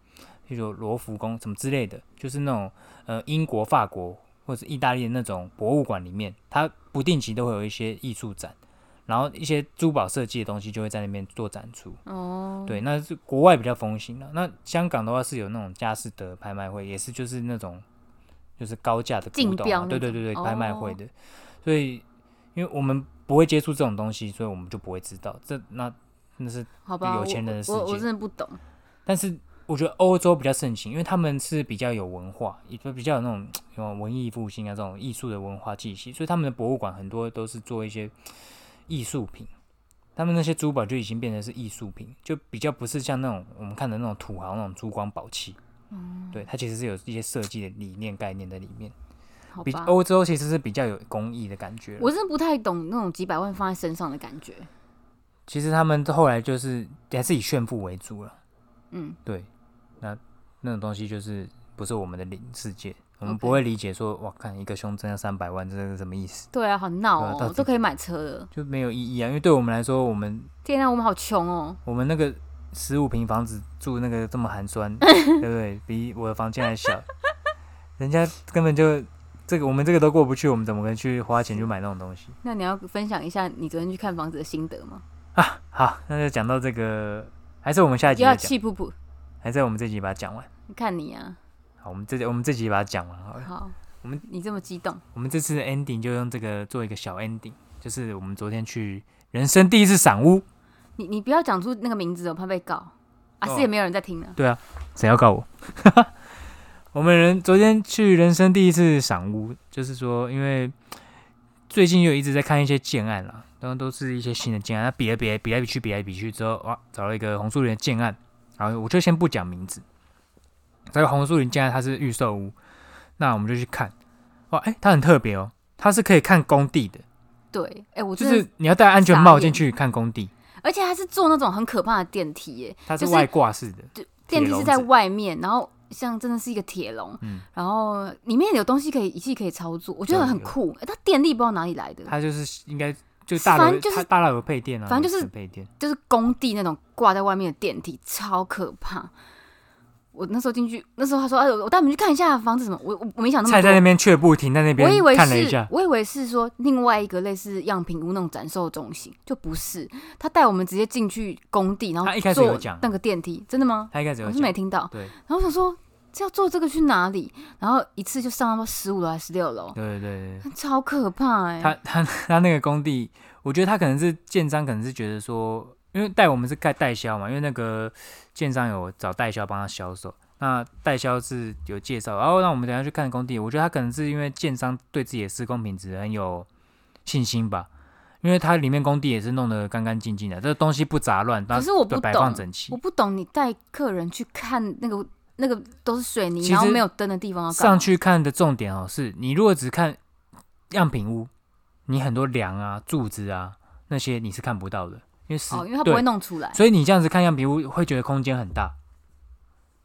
A: 譬如罗浮宫什么之类的，就是那种呃英国、法国或者是意大利的那种博物馆里面，它不定期都会有一些艺术展，然后一些珠宝设计的东西就会在那边做展出。
B: 哦，
A: 对，那是国外比较风行了、那香港的话是有那种佳士得拍卖会，也是就是那种就是高价的古
B: 竞
A: 董、
B: 标
A: 啊，
B: 那
A: 对对对对，
B: 种
A: 拍卖会
B: 哦
A: 的。所以，因为我们不会接触这种东西，所以我们就不会知道这那那是。
B: 好吧，
A: 有钱人的世
B: 我我我
A: 界
B: 真的不懂。
A: 但是我觉得欧洲比较盛行，因为他们是比较有文化，也就比较有那种有文艺复兴啊这种艺术的文化气息，所以他们的博物馆很多都是做一些艺术品。他们那些珠宝就已经变成是艺术品，就比较不是像那种我们看的那种土豪那种珠光宝气。对，它其实是有一些设计的理念概念在里面。
B: 好
A: 比
B: 吧，
A: 欧洲其实是比较有工艺的感觉了。
B: 哦我真的不太懂那种几百万放在身上的感觉。
A: 其实他们后来就是还是以炫富为主了。
B: 嗯，
A: 对，那那种东西就是不是我们的领世界，我们
B: OK
A: 不会理解说，哇，看一个胸针要三百万，这是什么意思？
B: 对啊，好闹
A: 对啊到
B: 哦，
A: 底
B: 都可以买车了。
A: 就没有意义啊！因为对我们来说，我们
B: 天啊，我们好穷哦。
A: 我们那个十五平房子住那个这么寒 酸，对不对？比我的房间还小，人家根本就这个我们这个都过不去，我们怎么可能去花钱去买那种东西？
B: 那你要分享一下你昨天去看房子的心得吗？
A: 好，那就讲到这个，还是我们下一集
B: 又要
A: 再讲，
B: 气噗噗，
A: 还是我们这集把它讲完。
B: 看你啊，
A: 好，我们这集我们这集把它讲完好了。
B: 好，
A: 我们
B: 你这么激动，
A: 我们这次的 ending 就用这个做一个小 ending，就是我们昨天去人生第一次赏屋，
B: 你你不要讲出那个名字哦，怕被告啊，
A: 哦
B: 是也没有人在听了。
A: 谁要告我？ 我们人昨天去人生第一次赏屋，就是说，因为最近又一直在看一些建案啦，然后都是一些新的建案，那比来比来比来比去比来比去之后，哇，找了一个红树林的建案，然后我就先不讲名字，这个红树林建案它是预售屋，那我们就去看，哇，哎、它很特别哦，它是可以看工地的，
B: 对，哎、我
A: 就
B: 真的，
A: 是你要戴安全
B: 傻
A: 帽
B: 眼
A: 进去看工地。
B: 而且他是坐那种很可怕的电梯耶，
A: 它是
B: 就是
A: 外挂式的，铁
B: 电梯
A: 笼
B: 是
A: 子
B: 在外面，然后像真的是一个铁笼，
A: 嗯
B: 然后里面有东西可以仪器可以操作，我觉得
A: 对
B: 很
A: 有
B: 酷。哎它电力不知道哪里来的，
A: 它就是应该就大
B: 反
A: 楼，
B: 就是
A: 它大楼有配电啊，
B: 反正就是
A: 有配电。
B: 就是工地那种挂在外面的电梯，超可怕。我那时候进去，那时候他说：“哎、我我带你们去看一下房子什么。我”我我没想那么
A: 菜在那
B: 多，
A: 边却步，停在那边
B: 我以为
A: 看了一
B: 是
A: 下，，
B: 我以为是说另外一个类似样品屋那种展售中心，就不是。他带我们直接进去工地，然后
A: 他一开始有
B: 坐
A: 讲
B: 那个电梯，真的吗？
A: 他一开始有
B: 我是没
A: 讲，
B: 听到。
A: 对
B: 然后我想说，这要坐这个去哪里？然后一次就上到十五楼还是十六楼，
A: 对对对对，
B: 超可怕哎、
A: 他他 他那个工地，我觉得他可能是建商，可能是觉得说，因为带我们是盖代销嘛，因为那个建商有找代销帮他销售。那代销是有介绍，然后让我们等一下去看工地。我觉得他可能是因为建商对自己的施工品质很有信心吧，因为它里面工地也是弄得干干净净的，这个东西不杂乱，
B: 可是我不
A: 摆放
B: 懂，
A: 整齐
B: 我。不懂你带客人去看那个那个都是水
A: 其
B: 泥，
A: 实
B: 然后没有灯的地方要啊干嘛
A: 上去看的重点哦，是你如果只看样品屋，你很多梁啊、柱子啊那些你是看不到的，因为是、
B: 哦，因为他不
A: 对
B: 会弄出来。
A: 所以你这样子看样品屋会觉得空间很大，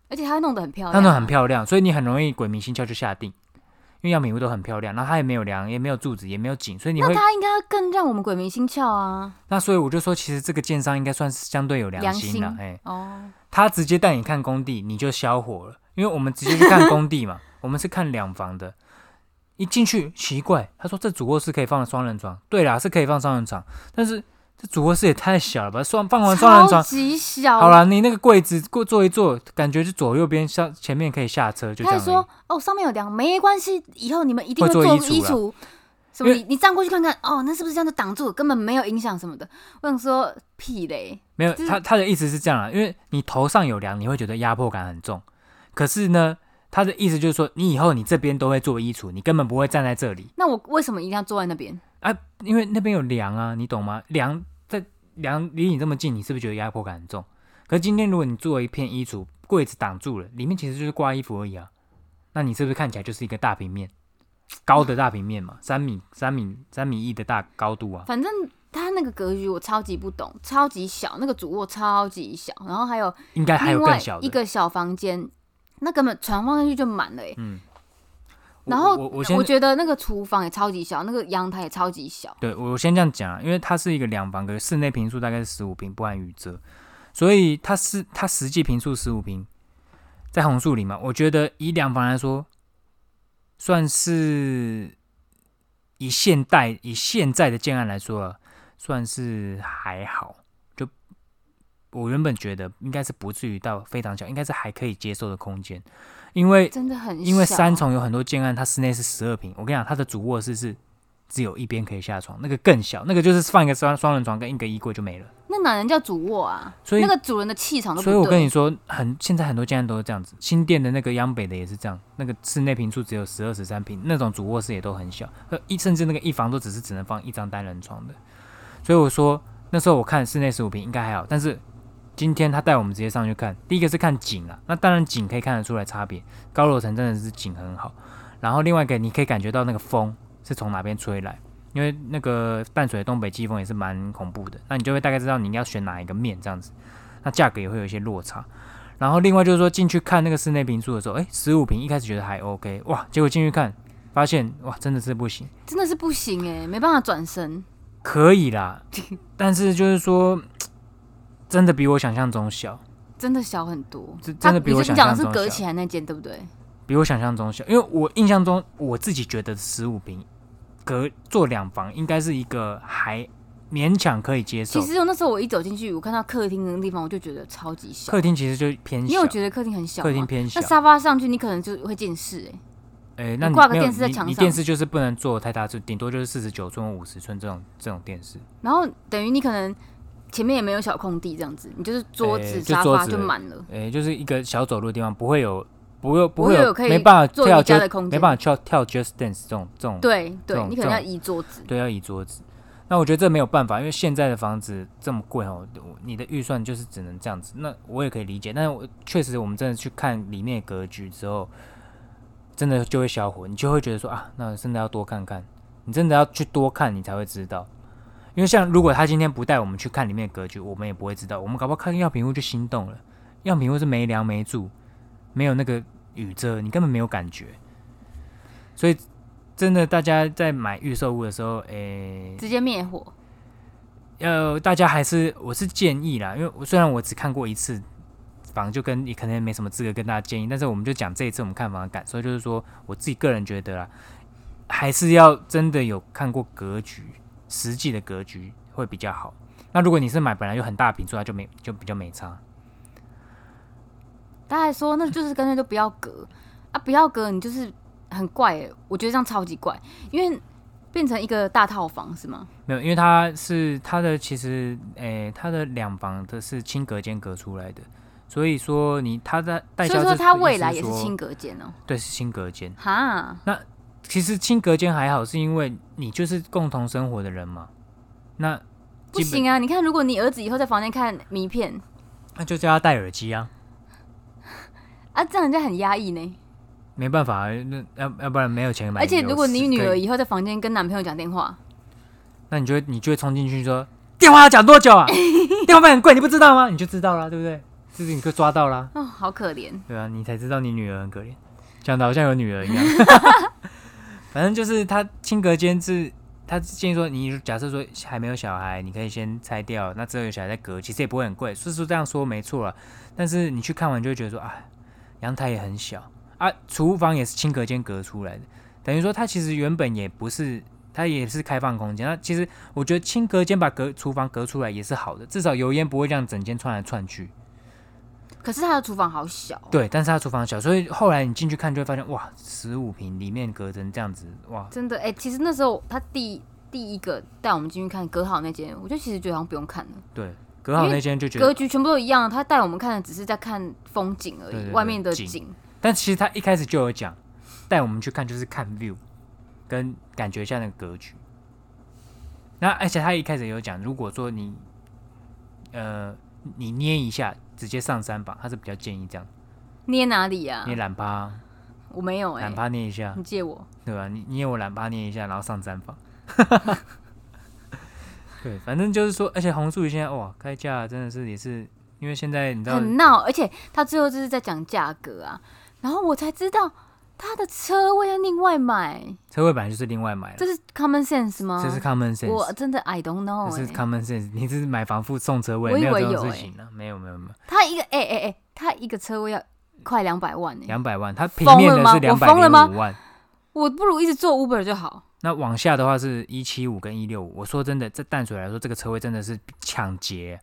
B: 而且他弄得很漂亮、啊
A: 它弄得很漂亮，所以你很容易鬼迷心窍就下定，因为样品屋都很漂亮，然后它也没有梁，也没有柱子，也没有井，所以你会
B: 那他应该更让我们鬼迷心窍啊！
A: 那所以我就说，其实这个建商应该算是相对有良
B: 良
A: 心了
B: 心，
A: 哎，
B: 哦，
A: 他直接带你看工地，你就消火了，因为我们直接去看工地嘛， 我们是看两房的。一进去奇怪，他说这主卧室可以放双人床，对啦，是可以放双人床，但是这主卧室也太小嗯了吧？双放完双人
B: 超
A: 床，
B: 级小。
A: 好，啦，你那个柜子过坐一坐，感觉就左右边下前面可以下车，就这
B: 他还
A: 样而已
B: 说。哦，上面有梁，没关系，以后你们一定
A: 会做
B: 做
A: 衣
B: 衣
A: 橱啦
B: 橱。什么
A: 因
B: 你？
A: 为
B: 你站过去看看，哦，那是不是这样就挡住，根本没有影响什么的？我想说屁嘞，
A: 没有，
B: 就是
A: 他他的意思是这样啊，因为你头上有梁，你会觉得压迫感很重。可是呢，他的意思就是说，你以后你这边都会做衣橱，你根本不会站在这里
B: 那我为什么一定要坐在那边？
A: 啊，因为那边有梁啊，你懂吗？梁在梁离你这么近，你是不是觉得压迫感很重？可是今天如果你做一片衣橱，柜子挡住了，里面其实就是挂衣服而已啊，那你是不是看起来就是一个大平面，高的大平面嘛，三米三米三米一的大高度啊？
B: 反正他那个格局我超级不懂，超级小，那个主卧超级小，然后还有
A: 应该还有
B: 另
A: 更
B: 外
A: 小的
B: 一。个小房间，那根本床放上去就满了、欸。
A: 嗯，我
B: 然后
A: 我我先
B: 觉得那个厨房也超级小，那个阳台也超级小，
A: 对我先这样讲啊，因为它是一个两房，可是室内平数大概是十五平，不含雨遮，所以它是它实际平数十五平，在红树林嘛，我觉得以两房来说，算是以现代以现在的建案来说、啊，算是还好。就我原本觉得应该是不至于到非常小，应该是还可以接受的空间，因为
B: 真的很小。
A: 因为三重有很多建案，它室内是十二平。我跟你讲，它的主卧室是只有一边可以下床，那个更小，那个就是放一个双双人床跟一个衣柜就没了。
B: 那哪能叫主卧啊？
A: 所以，
B: 那个主人的气场都不
A: 所
B: 对。
A: 以我跟你说，很现在很多建案都是这样子。新店的那个央北的也是这样，那个室内平数只有十二十三平，那种主卧室也都很小，呃一甚至那个一房都只是只能放一张单人床的。所以我说那时候我看室内十五平应该还好，但是今天他带我们直接上去看，第一个是看景啊，那当然景可以看得出来差别，高楼层真的是景很好。然后另外一个你可以感觉到那个风是从哪边吹来，因为那个淡水的东北季风也是蛮恐怖的，那你就会大概知道你应该要选哪一个面这样子，那价格也会有一些落差。然后另外就是说进去看那个室内平数的时候，哎，十五平一开始觉得还 OK，哇，结果进去看发现哇真的是不行。
B: 真的是不行哎、没办法转身。
A: 可以 啦，但是就是说，真的比我想象中小，
B: 真的小很多，
A: 这真的
B: 他
A: 比我
B: 你
A: 想
B: 是你讲的
A: 象
B: 是
A: 中
B: 隔
A: 小
B: 起来那间对不对？
A: 比我想象中小。因为我印象中我自己觉得十五平隔做两房应该是一个还勉强可以接受
B: 其。实我那时候我一走进去，我看到客厅的地方，我就觉得超级小。
A: 客厅其实就偏
B: 你
A: 小
B: 有，觉得客厅很小
A: 客厅
B: 吗？
A: 偏小
B: 那。沙发上去，你可能就会近视哎、
A: 哎，那
B: 你
A: 你
B: 挂个
A: 没有
B: 电视在
A: 你
B: 墙
A: 你
B: 上
A: 电视就是不能做太大，就顶多就是四十九寸、五十寸这种这种电视。
B: 然后等于你可能前面也没有小空地这样子，你就是桌
A: 哎
B: 子、
A: 就
B: 沙
A: 桌
B: 发
A: 子
B: 就
A: 而已
B: 满了。
A: 哎，就是一个小走路的地方，不会有，不会有，
B: 不
A: 会
B: 会
A: 有
B: 有可以
A: 没办法
B: 做
A: 跳
B: 瑜伽
A: just-
B: 的空间
A: 没办法跳跳 Just Dance 这种这种
B: 对
A: 这
B: 对，
A: 种
B: 你可能要
A: 这
B: 移桌子。
A: 对，要移桌子。那我觉得这没有办法，因为现在的房子这么贵哦，我你的预算就是只能这样子。那我也可以理解，但是我确实我们真的去看里面的格局之后，真的就会小火，你就会觉得说啊，那真的要多看看，你真的要去多看，你才会知道。因为像如果他今天不带我们去看里面的格局，我们也不会知道。我们搞不好看样品屋就心动了，样品屋是没梁没柱，没有那个雨遮，你根本没有感觉。所以真的，大家在买预售屋的时候，诶、
B: 直接灭火，
A: 呃，大家还是我是建议啦，因为我虽然我只看过一次房，就跟你可能也没什么资格跟大家建议，但是我们就讲这一次我们看房的感受，就是说我自己个人觉得啦，还是要真的有看过格局，实际的格局会比较好。那如果你是买本来就很大平，所以它就没就比较没差。
B: 他还说那就是干脆就不要隔啊，不要隔，你就是很怪、欸，我觉得这样超级怪，因为变成一个大套房是吗？
A: 没有，因为它是它的其实，诶、它的两房的是轻隔间隔出来的，所以说你它在代销
B: 所以
A: 这
B: 说它
A: 意思
B: 未来也是
A: 说
B: 轻隔间哦、
A: 对是轻隔间，
B: 哈，
A: 其实亲隔间还好，是因为你就是共同生活的人嘛。那
B: 不
A: 基本
B: 行啊！你看，如果你儿子以后在房间看迷片
A: 那就叫他戴耳机啊，
B: 啊，这样人家很压抑呢。
A: 没办法啊，那要要不然没有钱买。
B: 而且如果你女
A: 可
B: 儿
A: 以，
B: 以后在房间跟男朋友讲电话，
A: 那你就会你就会冲进去说电话要讲多久啊？电话费很贵，你不知道吗？你就知道了，对不对？这是你哥抓到啦，
B: 哦，好可怜。
A: 对啊，你才知道你女儿很可怜，讲的好像有女儿一样。反正就是他亲隔间是，他建议说，你假设说还没有小孩，你可以先拆掉，那之后有小孩再隔，其实也不会很贵。是说这样说没错了，但是你去看完就会觉得说，啊，阳台也很小啊，厨房也是亲隔间隔出来的，等于说它其实原本也不是。它也是开放空间，那其实我觉得清隔间把隔厨房隔出来也是好的，至少油烟不会这样整间窜来窜去。
B: 可是他的厨房好小哦、
A: 对，但是它厨房小，所以后来你进去看就会发现，哇，十五平里面隔成这样子，哇，
B: 真的哎、其实那时候他第第一个带我们进去看隔好那间，我就其实觉得好像不用看了，
A: 对，隔好
B: 因为
A: 那间就觉
B: 格
A: 得，
B: 局全部都一样。他带我们看的只是在看风景而已，
A: 对对对
B: 外面的景。
A: 但其实他一开始就有讲，带我们去看就是看 view，跟感觉一下那个格局。那而且他一开始有讲，如果说你，呃，你捏一下直接上三榜，他是比较建议这样，
B: 捏哪里呀、
A: 捏懒趴，
B: 我没有哎、
A: 懒趴捏一下，
B: 你借我。
A: 对吧、你捏我懒趴捏一下，然后上毡房。对，反正就是说，而且红树鱼现在哇，开价真的是也是，因为现在你知道，
B: 很闹，而且他最后就是在讲价格啊，然后我才知道他的车位要另外买，
A: 车位本来就是另外买的
B: 这，是 common sense 吗？
A: 这是 common
B: 我
A: sense，
B: 真的 I don't know
A: 这是
B: 哎、
A: common sense。你这是买房付送车位，
B: 我以
A: 没
B: 为
A: 有这
B: 有
A: 种
B: 欸
A: 事情啊，没有没有没有，
B: 他一个哎哎哎，他一个车位要快两百万哎、
A: 两百万，它平
B: 疯了
A: 面的
B: 吗
A: 是
B: 我
A: 两百
B: 疯了吗
A: 零五万，
B: 我不如一直坐 Uber 就好。
A: 那往下的话是一七五跟一六五。我说真的，这淡水来说，这个车位真的是抢劫。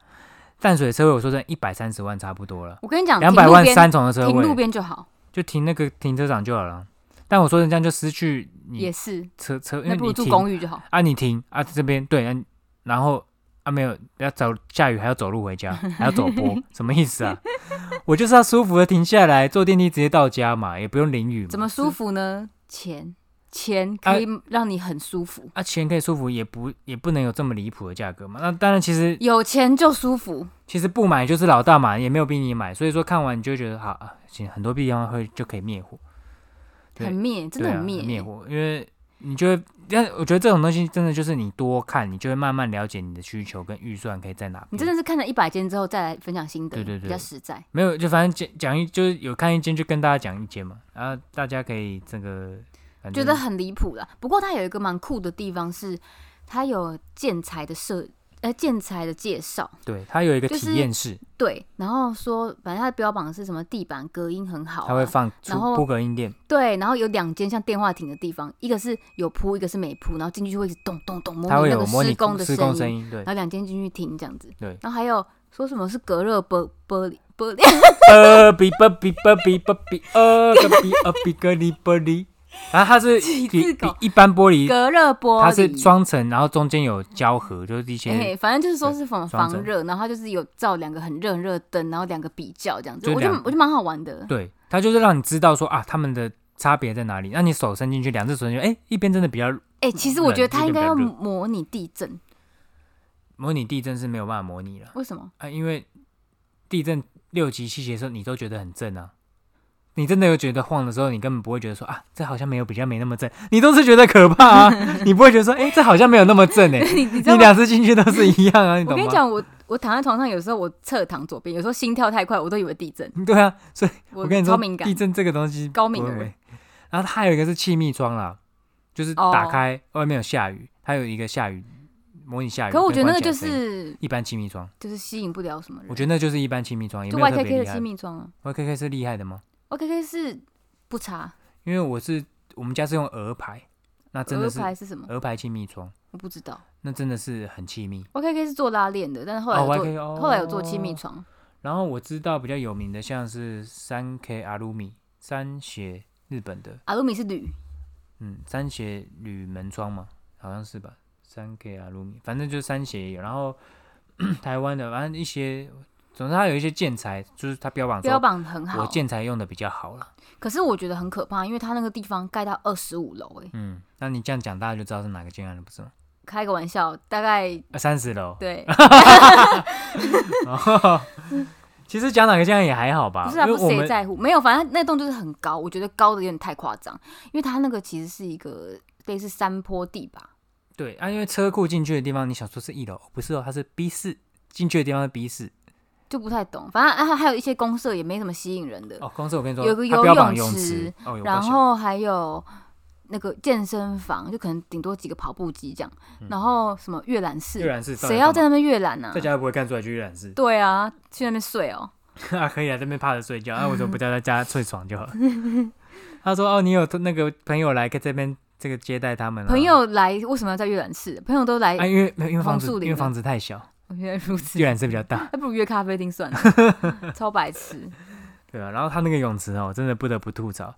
A: 淡水车位，我说真的，一百三十万差不多了，
B: 我跟你讲，
A: 两百万
B: 停路边
A: 三重的车
B: 停路
A: 位，
B: 边就好，
A: 就停那个停车场就好了。但我说真的，这样就失去
B: 也
A: 你
B: 是，
A: 车车，因
B: 那
A: 为
B: 不如
A: 你
B: 住
A: 停
B: 公寓就好。
A: 啊，你停啊，这边对、啊，然后啊没有要走，下雨还要走路 回家，还要走坡，什么意思啊？我就是要舒服的停下来，坐电梯直接到家嘛，也不用淋雨嘛。
B: 怎么舒
A: 服
B: 服呢？钱钱可以让你很舒服，
A: 啊？钱可以舒服，也不也不能有这么离谱的价格嘛。那当然，其实
B: 有钱就舒服。
A: 其实不买就是老大嘛，也没有逼你买，所以说看完你就会觉得好啊，行，很多地方会就可以灭火，对
B: 很灭，真的
A: 对啊
B: 很灭、欸
A: 灭火，因为你就会。但我觉得这种东西真的就是你多看，你就会慢慢了解你的需求跟预算可以在哪边。
B: 你真的是看了一百间之后再来分享心得，
A: 对对对
B: 比较实在。
A: 没有，就反正讲讲一就是有看一间就跟大家讲一间嘛，然后大家可以这个反
B: 觉
A: 正
B: 得很离谱啦。不过它有一个蛮酷的地方是，它有建材的设，呃，建材的介绍。
A: 对，它有一个
B: 就是
A: 体验室，
B: 对，然后说，反正它的标榜是什么地板隔音很好啊、
A: 它会放
B: 然后
A: 出铺隔音垫，
B: 对，然后有两间像电话亭的地方，一个是有铺，一个是没铺，然后进去会一直咚咚咚模
A: 它
B: 拟
A: 会
B: 那
A: 有
B: 个
A: 模拟
B: 施工的
A: 施
B: 声
A: 工
B: 音，
A: 声音，对
B: 然，后两间进去听这样子。
A: 对
B: 然后还有说什么是隔热玻玻璃玻璃，
A: 呃比吧比吧比吧比呃个比呃比个里玻璃，然后它是
B: 几
A: 比
B: 字
A: 比
B: 狗
A: 一般玻璃，
B: 隔热玻璃，
A: 它是双层，然后中间有胶合，就是一
B: 哎、
A: 些
B: 反正就是说是防
A: 双
B: 防
A: 层
B: 热，然后它就是有照两个很热很热的灯，然后两个比较这样子，
A: 就
B: 我觉得
A: 两
B: 我觉得蛮好玩的。
A: 对，它就是让你知道说啊它们的差别在哪里，让你手伸进去，两只手进去，哎一边真的比较
B: 哎、其实我觉得
A: 冷
B: 它
A: 就
B: 应
A: 比
B: 该
A: 较
B: 要
A: 热
B: 模拟地
A: 嗯
B: 震，
A: 模拟地震是没有办法模拟了。
B: 为什么？
A: 啊，因为地震六级、七级的时候，你都觉得很震啊。你真的有觉得晃的时候，你根本不会觉得说啊，这好像没有比较没那么震，你都是觉得可怕啊，你不会觉得说，哎、这好像没有那么震哎、
B: 你你知
A: 你
B: 道吗？
A: 两次进去都是一样啊，你
B: 我
A: 懂
B: 跟你
A: 吗？
B: 讲，我我躺在床上，有时候我侧躺左边，有时候心跳太快，我都以为地震。
A: 对啊，所以
B: 我
A: 我跟你
B: 超
A: 说
B: 敏，感
A: 地，震这个东西
B: 高敏
A: 不会
B: 儿。
A: 然后它还有一个是气密窗啦，就是
B: 哦
A: 打开、外面有下雨，它有一个下雨模拟下雨。
B: 可我
A: 跟
B: 觉得那
A: 关
B: 个
A: 起来的
B: 就
A: 声音
B: 是
A: 一般气密窗，
B: 就是吸引不了什么人。
A: 我觉得那就是一般气密窗，也
B: 就
A: 没有特
B: YKK
A: 别
B: 的
A: 厉害
B: 亲。密装啊
A: YKK 是厉害的吗？
B: ，YKK 是不差。
A: 因为我是我们家是用鹅牌，那真
B: 鹅
A: 的是
B: 牌是什么？
A: 鹅牌气密窗，
B: 我不知道。
A: 那真的是很气密。
B: YKK 是做拉链的，但是后来
A: 哦
B: 有做、
A: YKK 哦
B: 后来有做亲密床，
A: 然后我知道比较有名的像是三 K 阿鲁米三斜日本的，
B: 阿鲁米是铝，
A: 嗯，三斜铝门窗嘛，好像是吧？三 K 阿鲁米，反正就是三斜也有。然后 台湾的，反正一些，总之它有一些建材，就是它标榜
B: 标
A: 说
B: 榜很好
A: 我。建材用的比较好了。
B: 可是我觉得很可怕，因为它那个地方盖到二十五楼，哎，
A: 嗯，那你这样讲，大家就知道是哪个建案了，不是吗？呃
B: 开个玩笑，大概
A: 三十楼。
B: 对，
A: 其实讲哪个建案也还好吧，
B: 不是啊，
A: 因
B: 不
A: 为
B: 是
A: 我
B: 谁
A: 们
B: 在乎？没有，反正那栋就是很高，我觉得高的有点太夸张，因为它那个其实是一个类似山坡地吧，
A: 对啊，因为车库进去的地方，你想说是一楼，不是哦，它是 B 四进去的地方是 B 四，
B: 就不太懂。反正啊，还有一些公社也没什么吸引人的，
A: 哦，公司我跟你说，
B: 有个
A: 它
B: 游
A: 标榜
B: 泳
A: 泳
B: 池，
A: 哦，有
B: 然
A: 关系
B: 后还有那个健身房，就可能顶多几个跑步机这样，然后什么阅览
A: 嗯阅
B: 室，
A: 览室到底
B: 谁
A: 干
B: 要
A: 嘛
B: 在那边阅览呢，
A: 在？家又不会看出来去阅览室
B: 对啊，去那边睡哦、
A: 啊，可以啊，这边趴着睡觉，啊，我怎么不在他 家睡床就好了？他说哦，你有那个朋友来这边这个接待他们、啊，
B: 朋友来为什么要在阅览室？朋友都来，
A: 啊，因为因为房子
B: 黄树林
A: 因为
B: 的
A: 房子太小，
B: 原来如此
A: 阅，览室比较大，
B: 还不如约咖啡厅算了， 超白痴。
A: 对啊，然后他那个泳池哦，真的不得不吐槽，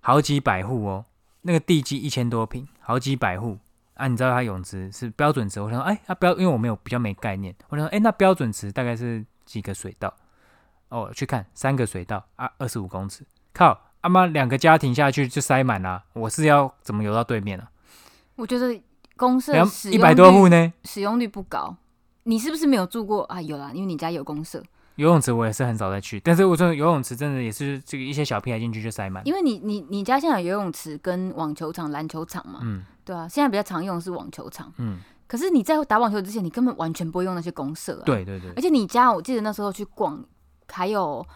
A: 好几百户哦，那个地基一千多平，好几百户啊！你知道他泳池是标准池？我想说，哎，啊标，因为我没有比较没概念，我想说，哎，那标准池大概是几个水道？哦，去看三个水道啊，二十五公尺，靠，阿、妈两个家庭下去就塞满啦、我是要怎么游到对面啊？
B: 我觉得公社
A: 两
B: 使
A: 哎一
B: 用
A: 百多
B: 率
A: 户呢，
B: 使用率不高。你是不是没有住过啊？有啦，因为你家有公社，
A: 游泳池我也是很少再去，但是我这游泳池真的也是这个一些小屁孩进去就塞满，
B: 因为你你你家现在有游泳池、跟网球场、篮球场嘛，
A: 嗯
B: 对啊，现在比较常用的是网球场。
A: 嗯，
B: 可是你在打网球之前，你根本完全不会用那些公社、啊。，
A: 对对对
B: 而，且你家，我记得那时候去逛，还有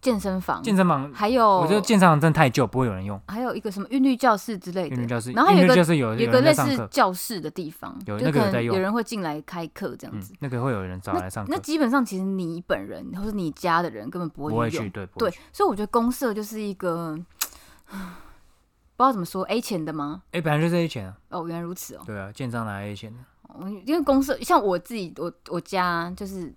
B: 健身房，
A: 健身房
B: 还有
A: 我觉得健身房真的太旧，不会有人用。
B: 还有一个什么韵律教室之类的，
A: 运动教室，
B: 然后还
A: 运
B: 有一
A: 动
B: 个
A: 教室有
B: 有
A: 有
B: 个
A: 人
B: 类
A: 在上
B: 似
A: 课，
B: 教室的地方，
A: 有
B: 就
A: 那个有
B: 可
A: 在
B: 能
A: 用
B: 有人会进来开课这样
A: 嗯
B: 子。，
A: 那个会有人找来上课
B: 那，基本上其实你本人或是你家的人根本不
A: 不
B: 会
A: 会
B: 去用
A: 去，，对不
B: 对
A: 会去。，
B: 所以我觉得公社就是一个不知道怎么说 A 钱的吗？
A: 哎，本来就是 A 钱啊，
B: 哦，原来如此哦。
A: 对啊，建商拿 A 钱的，
B: 我因为公社像我自己，我我家就是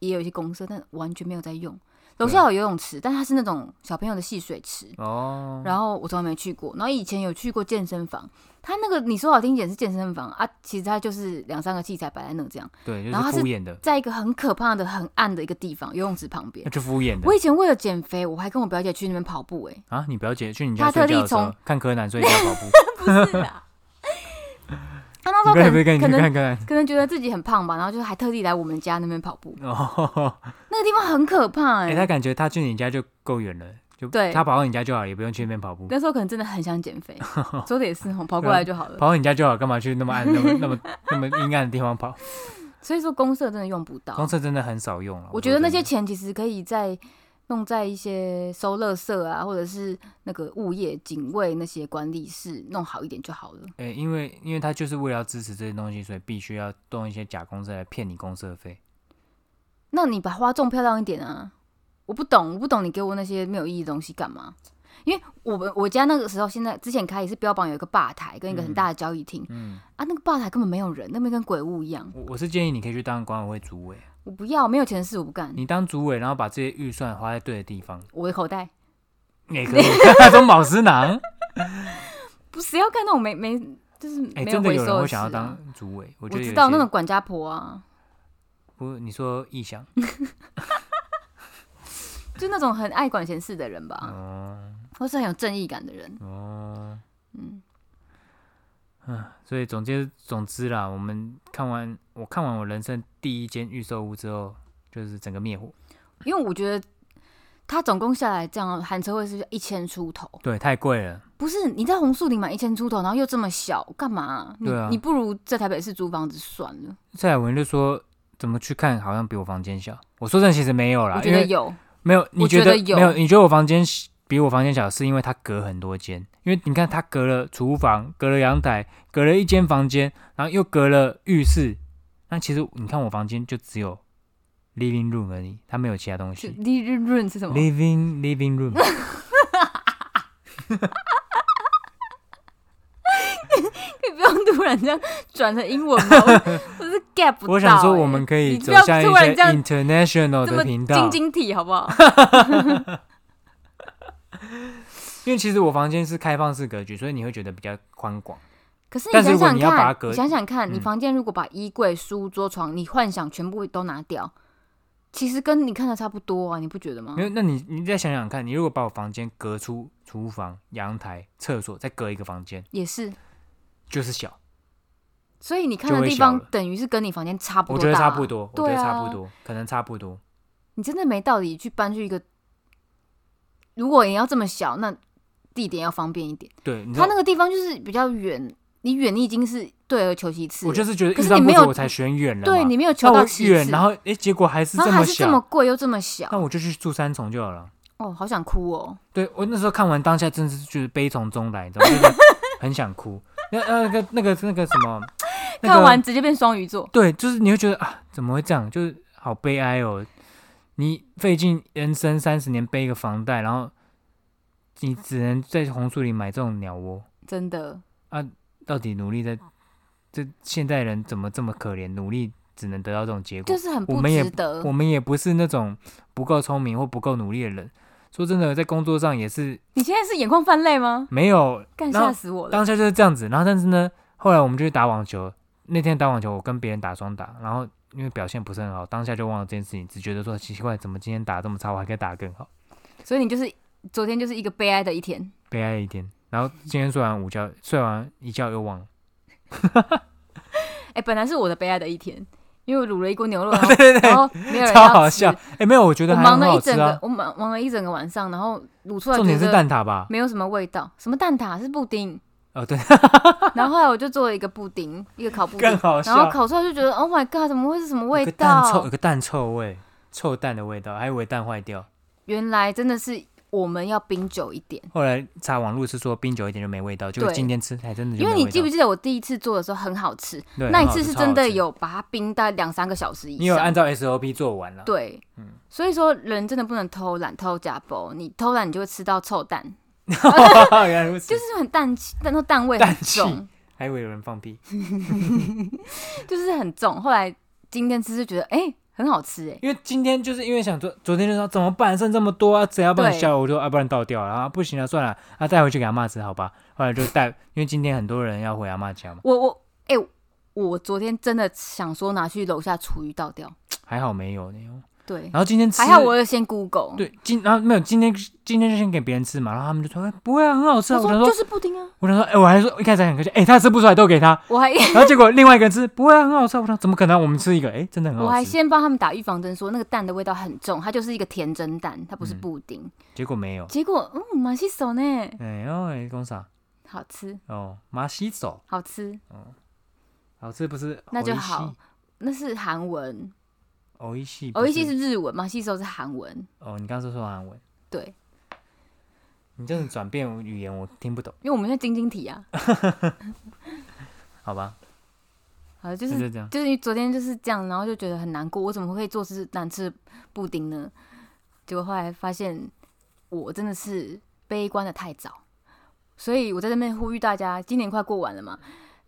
B: 也有一些公社，但完全没有在用。楼下有游泳池，但它是那种小朋友的戏水池，
A: 哦，
B: 然后我从来没去过。然后以前有去过健身房，它那个你说好听一点是健身房啊，其实它就是两三个器材摆在那这样，
A: 对，就是
B: 然后它是
A: 敷衍的，
B: 在一个很可怕的、很暗的一个地方，游泳池旁边
A: 那。就敷衍的
B: 我以前为了减肥，我还跟我表姐去那边跑步、欸，
A: 啊！你表姐去你
B: 他
A: 家
B: 特
A: 睡
B: 地
A: 觉的时候
B: 从
A: 看柯南睡觉跑步，
B: 不是啦。 他那时
A: 你不
B: 候
A: 会
B: 可
A: 不会跟
B: 能
A: 你
B: 可
A: 去
B: 能
A: 看柯南？
B: 可能觉得自己很胖吧，然后就还特地来我们家那边跑步，
A: 哦，
B: 那个地方很可怕哎、
A: 哎，他感觉他去你家就够远了，就
B: 对
A: 他跑到你家就好，也不用去那边跑步，
B: 那时候可能真的很 想减肥，说的也是吼，哦跑过来就好了。
A: 跑到你家就好，干嘛去那么暗、那么那么那么阴暗的地方 跑？
B: 所以说公社真的用不到，
A: 公厕真的很少用了，
B: 我觉得那些钱其实可以在用在一些收垃圾啊，或者是那个物业、警卫那些管理室弄好一点就好了。
A: 诶、因为因为他就是为了要支持这些东西，所以必须要动一些假公司来骗你公社费。
B: 那你把花种漂亮一点啊！我不懂，我不懂你给我那些没有意义的东西干嘛？因为我们我家那个时候，现在之前开也是标榜有一个吧台跟一个很大的交易厅、
A: 嗯，
B: 啊，那个吧台根本没有人，那边跟鬼屋一样。
A: 我我是建议你可以去当管委会主委，啊
B: 我不要，没有钱的事我不干。
A: 你当主委，然后把这些预算花在对的地方，
B: 我的口袋
A: 也可以 从宝石囊。
B: 不谁要干那种没没就是
A: 哎、
B: 没
A: 真的
B: 回
A: 有
B: 收
A: 人
B: 的
A: 会
B: 事、
A: 想要
B: 啊。
A: 当主委，我
B: 我
A: 觉得有
B: 知道
A: 些
B: 那种管家婆啊，
A: 不，你说异想
B: 就那种很爱管闲事的人吧，
A: 哦
B: 或是很有正义感的人。
A: 哦，
B: 嗯，
A: 所以总之总之啦，我们看完我看完我人生第一间预售屋之后，就是整个灭火，
B: 因为我觉得他总共下来这样含车位是一千出头。
A: 对，太贵了。
B: 不是你在红树林买一千出头，然后又这么小，干嘛、你、
A: 对啊
B: 你不如在台北市租房子算了。
A: 蔡雅文就说：“怎么去看好像比我房间小？”我说：“这其实没有啦，
B: 我觉
A: 啊因
B: 得
A: 为
B: 有，
A: 没有，你
B: 我觉
A: 得
B: 得有
A: 没有？你觉得我房间比我房间小，是因为它隔很多间？因为你看它隔了厨房，隔了阳台，隔了一间房间，然后又隔了浴室。那其实你看我房间就只有 living room 而已，它没有其他东
B: 就
A: 西。
B: 利润润是什么？
A: living living room，
B: 可以不用突然这样转成英文吗？我我是 get 不到、
A: 我想说我
B: 欸
A: 们可以
B: 你不
A: 走
B: 要
A: 向一
B: 突然
A: 些
B: 这样
A: international
B: 这
A: 的
B: 么
A: 频道
B: 晶，晶体好不好？
A: 因为其实我房间是开放式格局，所以你会觉得比较宽广。
B: 可是
A: 但
B: 你
A: 是
B: 想
A: 如果
B: 想
A: 你要把它
B: 看，
A: 隔
B: 你想想看，你
A: 嗯
B: 房间如果把衣柜、书桌、床，你幻想全部都拿掉，其实跟你看的差不多啊，你不觉得吗
A: 没？有，那你你再想想看，你如果把我房间隔出厨房、阳台、厕所，再隔一个房间，
B: 也是，
A: 就是小，
B: 所以你看
A: 就
B: 的
A: 会
B: 地
A: 小
B: 方
A: 了
B: 等于是跟你房间差不
A: 我
B: 多、
A: 觉
B: 大
A: 得
B: 啊
A: 差不多，我觉
B: 对
A: 得
B: 啊，
A: 差不多，可能差不多。
B: 你真的没道理去搬去一个，如果你要这么小，那地点要方便一点。
A: 对，你知
B: 它
A: 道
B: 那个地方就是比较远，你远你已经是对而求其次了，
A: 我就是觉得
B: 可
A: 遇
B: 是
A: 到
B: 你没
A: 过
B: 有
A: 我才选远了嘛，
B: 对你没有求
A: 那
B: 到
A: 我
B: 其次，
A: 远，然后诶，结果还是
B: 然
A: 这
B: 后还
A: 么
B: 是这么
A: 小，
B: 贵又这么小，
A: 那我就去住三重就好了。
B: 哦，好想哭哦。
A: 对我那时候看完当下，真是就是悲从中来，你知道吗？就是很想哭。那呃那个那个那个什么，那个、
B: 看完直接变双鱼座，
A: 对，就是你会觉得啊，怎么会这样？就是好悲哀哦。你费尽人生三十年背一个房贷，然后你只能在红树林买这种鸟窝，
B: 真的
A: 到底努力在这现代人怎么这么可怜？努力只能得到这种结果
B: 就。是很
A: 我
B: 不
A: 们也
B: 值得
A: 我。们也不是那种不够聪明或不够努力的人。说真的，在工作上也是
B: 你现在是眼眶泛泪吗？
A: 没有
B: 干
A: 然后
B: 吓死我了！
A: 当下就是这样子，然后但是呢，后来我们就去打网球。那天打网球，我跟别人打双打，然后因为表现不是很好，当下就忘了这件事情，只觉得说奇怪，怎么今天打这么差，我还可以打得更好，
B: 所以你就是昨天就是一个悲哀的一天，
A: 悲哀了一天。然后今天睡完午觉，睡完一觉又忘了，
B: 哎、本来是我的悲哀的一天，因为我卤了一锅牛肉，然后
A: 对对
B: 然，后没有人
A: 超
B: 要
A: 好
B: 吃
A: 笑。哎、没有，我觉
B: 我
A: 得还
B: 忙
A: 很
B: 了
A: 好
B: 一整
A: 吃
B: 个，
A: 啊。
B: 我忙忙了一整个晚上，然后卤出来
A: 重点是
B: 觉得
A: 蛋挞吧？
B: 没有什么味道，什么蛋挞是布丁，
A: 哦，对，
B: 然后后来我就做了一个布丁，一个烤布
A: 更
B: 丁，
A: 好
B: 然后
A: 笑。
B: 烤出来就觉得 Oh my God，怎么会是什么味
A: 有个蛋臭，
B: 道
A: 有？个蛋臭味，臭蛋的味道，还以为蛋坏掉。
B: 原来真的是我们要冰久一点，
A: 后来查网络是说冰久一点就没味道，结果
B: 对
A: 今天吃还真的就
B: 因
A: 没
B: 为
A: 味道。
B: 你记不记得我第一次做的时候很好吃，
A: 对
B: 那一
A: 很好
B: 次
A: 吃
B: 是
A: 超
B: 真
A: 好
B: 的
A: 吃
B: 有把它冰大概两三个小时以
A: 你有按
B: 上。
A: 照 SOP 做完了。
B: 对，
A: 嗯
B: 所以说人真的不能偷懒偷假包，你偷懒你就会吃到臭蛋，
A: 原来如此，
B: 就是很淡气，但说蛋味
A: 淡
B: 很
A: 气
B: 重。
A: 还以为有人放屁，
B: 就是很重。后来今天吃是觉得哎、诶很好吃哎、
A: 因为今天就是因为想昨昨天就说怎么办，剩这么多啊，只要不然
B: 对
A: 下午我就啊，不然倒掉了啊，不行了，算了，啊带回去给阿妈吃好吧。后来就带，因为今天很多人要回阿妈家嘛，
B: 我我哎、我昨天真的想说拿去楼下厨余倒掉，
A: 还好没有呢。
B: 对，
A: 然后今天吃，
B: 还好我有先 Google，，
A: 对今然后没有今天今天就先给别人吃嘛，然后他们就说、哎不会啊，很好吃啊。
B: 他
A: 我想
B: 说就
A: 说，
B: 是布丁啊，
A: 我想说，哎、我还说一开始还很客气，哎、他吃不出来都给他，
B: 我还
A: 然后结果另外一个人吃不会啊，很好吃啊。我想怎么可能啊？我们吃一个，哎、真的很
B: 我
A: 好
B: 还
A: 吃，
B: 先帮他们打预防针，说那个蛋的味道很重，它就是一个甜蒸蛋，它不是
A: 嗯
B: 布丁。
A: 结果没有。
B: 结果嗯，蛮洗手呢，
A: 哎呦，哎，公啥？
B: 好吃
A: 哦，马西手，
B: 好吃，
A: 好哦吃不是？
B: 那就好。那是韩文，
A: 欧一系，
B: 哦，一些是日文，马西手是韩文，
A: 哦，你刚刚说说韩文，
B: 对，
A: 你这种转变语言我听不懂，
B: 因为我们现在晶晶体 啊，
A: 好吧？
B: 好，就
A: 那
B: 是
A: 就这样。
B: 就是昨天就是这样，然后就觉得很难过，我怎么会做吃难吃的布丁呢？结果后来发现我真的是悲观的太早，所以我在这边呼吁大家，今年快过完了嘛，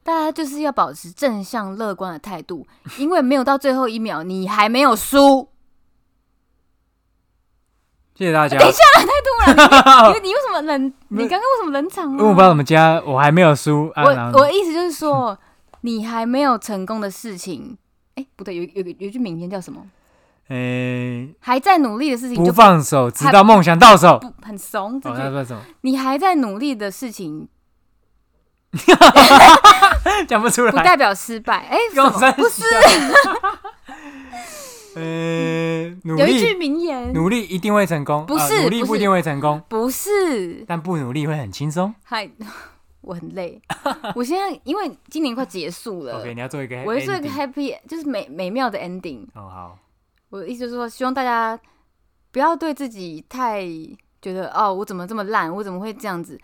B: 大家就是要保持正向乐观的态度，因为没有到最后一秒，你还没有输。
A: 谢谢大家。
B: 等一下，太突然了，你你你为什么冷？你刚刚为什么冷场
A: 因
B: 啊？
A: 为我不知道怎么加，我还没有输啊。然
B: 我
A: 后
B: 我的意思就 是说，你还没有成功的事情，哎、不对，有有有一句名言叫什么？
A: 诶，
B: 还在努力的事情就
A: 不放手，直到梦想到手。哦，
B: 不很怂，这
A: 那
B: 句
A: 说什么？
B: 你还在努力的事情，
A: 讲不出
B: 不
A: 来。
B: 代表失败。 哎、什
A: 跟我
B: 么？
A: 三
B: 不
A: 十
B: 是，
A: 呃，努
B: 有一句
A: 力，
B: 名言，
A: 努力一定会成功。
B: 不
A: 啊
B: 是
A: 努力
B: 不
A: 不
B: 是
A: 一定会成功，
B: 不是，
A: 但不努力会很轻松。
B: 嗨， 我很 累。我现在因为今年快结束了
A: OK，你要做一个 ending，
B: 我会做一个 happy，就是美美妙的 ending。
A: 哦，好，
B: 我的意思就是说，希望大家不要对自己太觉得哦，我怎么这么烂，我怎么会这样子？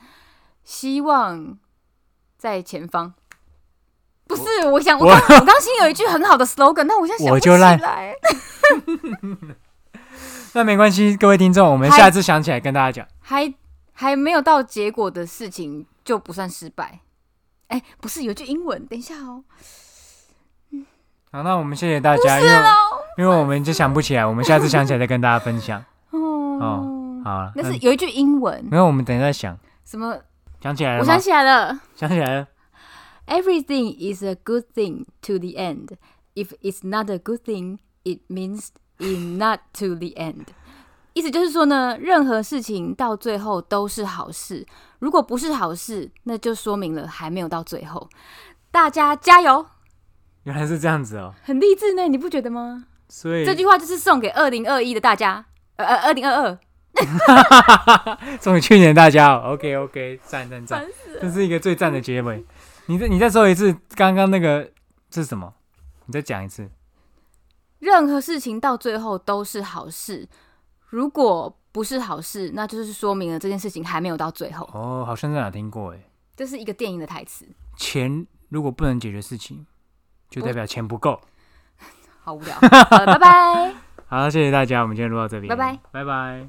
B: 希望在前方。不是，我想我
A: 我
B: 刚我刚心里有一句很好的 slogan，但我现在想
A: 我
B: 不起
A: 就烂
B: 来。
A: 那没关系，各位听众，我们
B: 嗨
A: 下次想起来跟大家讲。
B: 还还没有到结果的事情就不算失败。哎、不是有句英文，等一下哦，
A: 好，那我们谢谢大家，因为
B: 啊
A: 因为我们就想不起来，我们下次想起来再跟大家分享。
B: 哦，
A: 好了，
B: 那是
A: 嗯
B: 有一句英文，
A: 没有，我们等一下想，
B: 什么？
A: 想起来
B: 我
A: 了吗
B: 想？起来了
A: 想起来了，
B: ，Everything is a good thing to the end. If it's not a good thing, it means it not to the end. 意思就是说呢，任何事情到最后都是好事，如果不是好事，那就说明了还没有到最后。大家加油，
A: 原来是这样子哦，
B: 很励志呢，你不觉得吗？
A: 所以
B: 这 句话就是送给二零二一的大家，呃呃，二零二二，
A: 送给去年大家哦，OK OK，赞赞赞
B: 烦，
A: 这是一个最赞的结尾。你再你再说一次刚刚那个这是什么？你再讲一次。
B: 任何事情到最后都是好事，如果不是好事，那就是说明了这件事情还没有到最后。
A: 哦，好像在哪听过哎。
B: 这是一个电影的台词，
A: 钱如果不能解决事情，就代表钱不够。
B: 好无聊。好了，拜拜。
A: 好，谢谢大家，我们今天录到这里，
B: 拜拜，
A: 拜拜。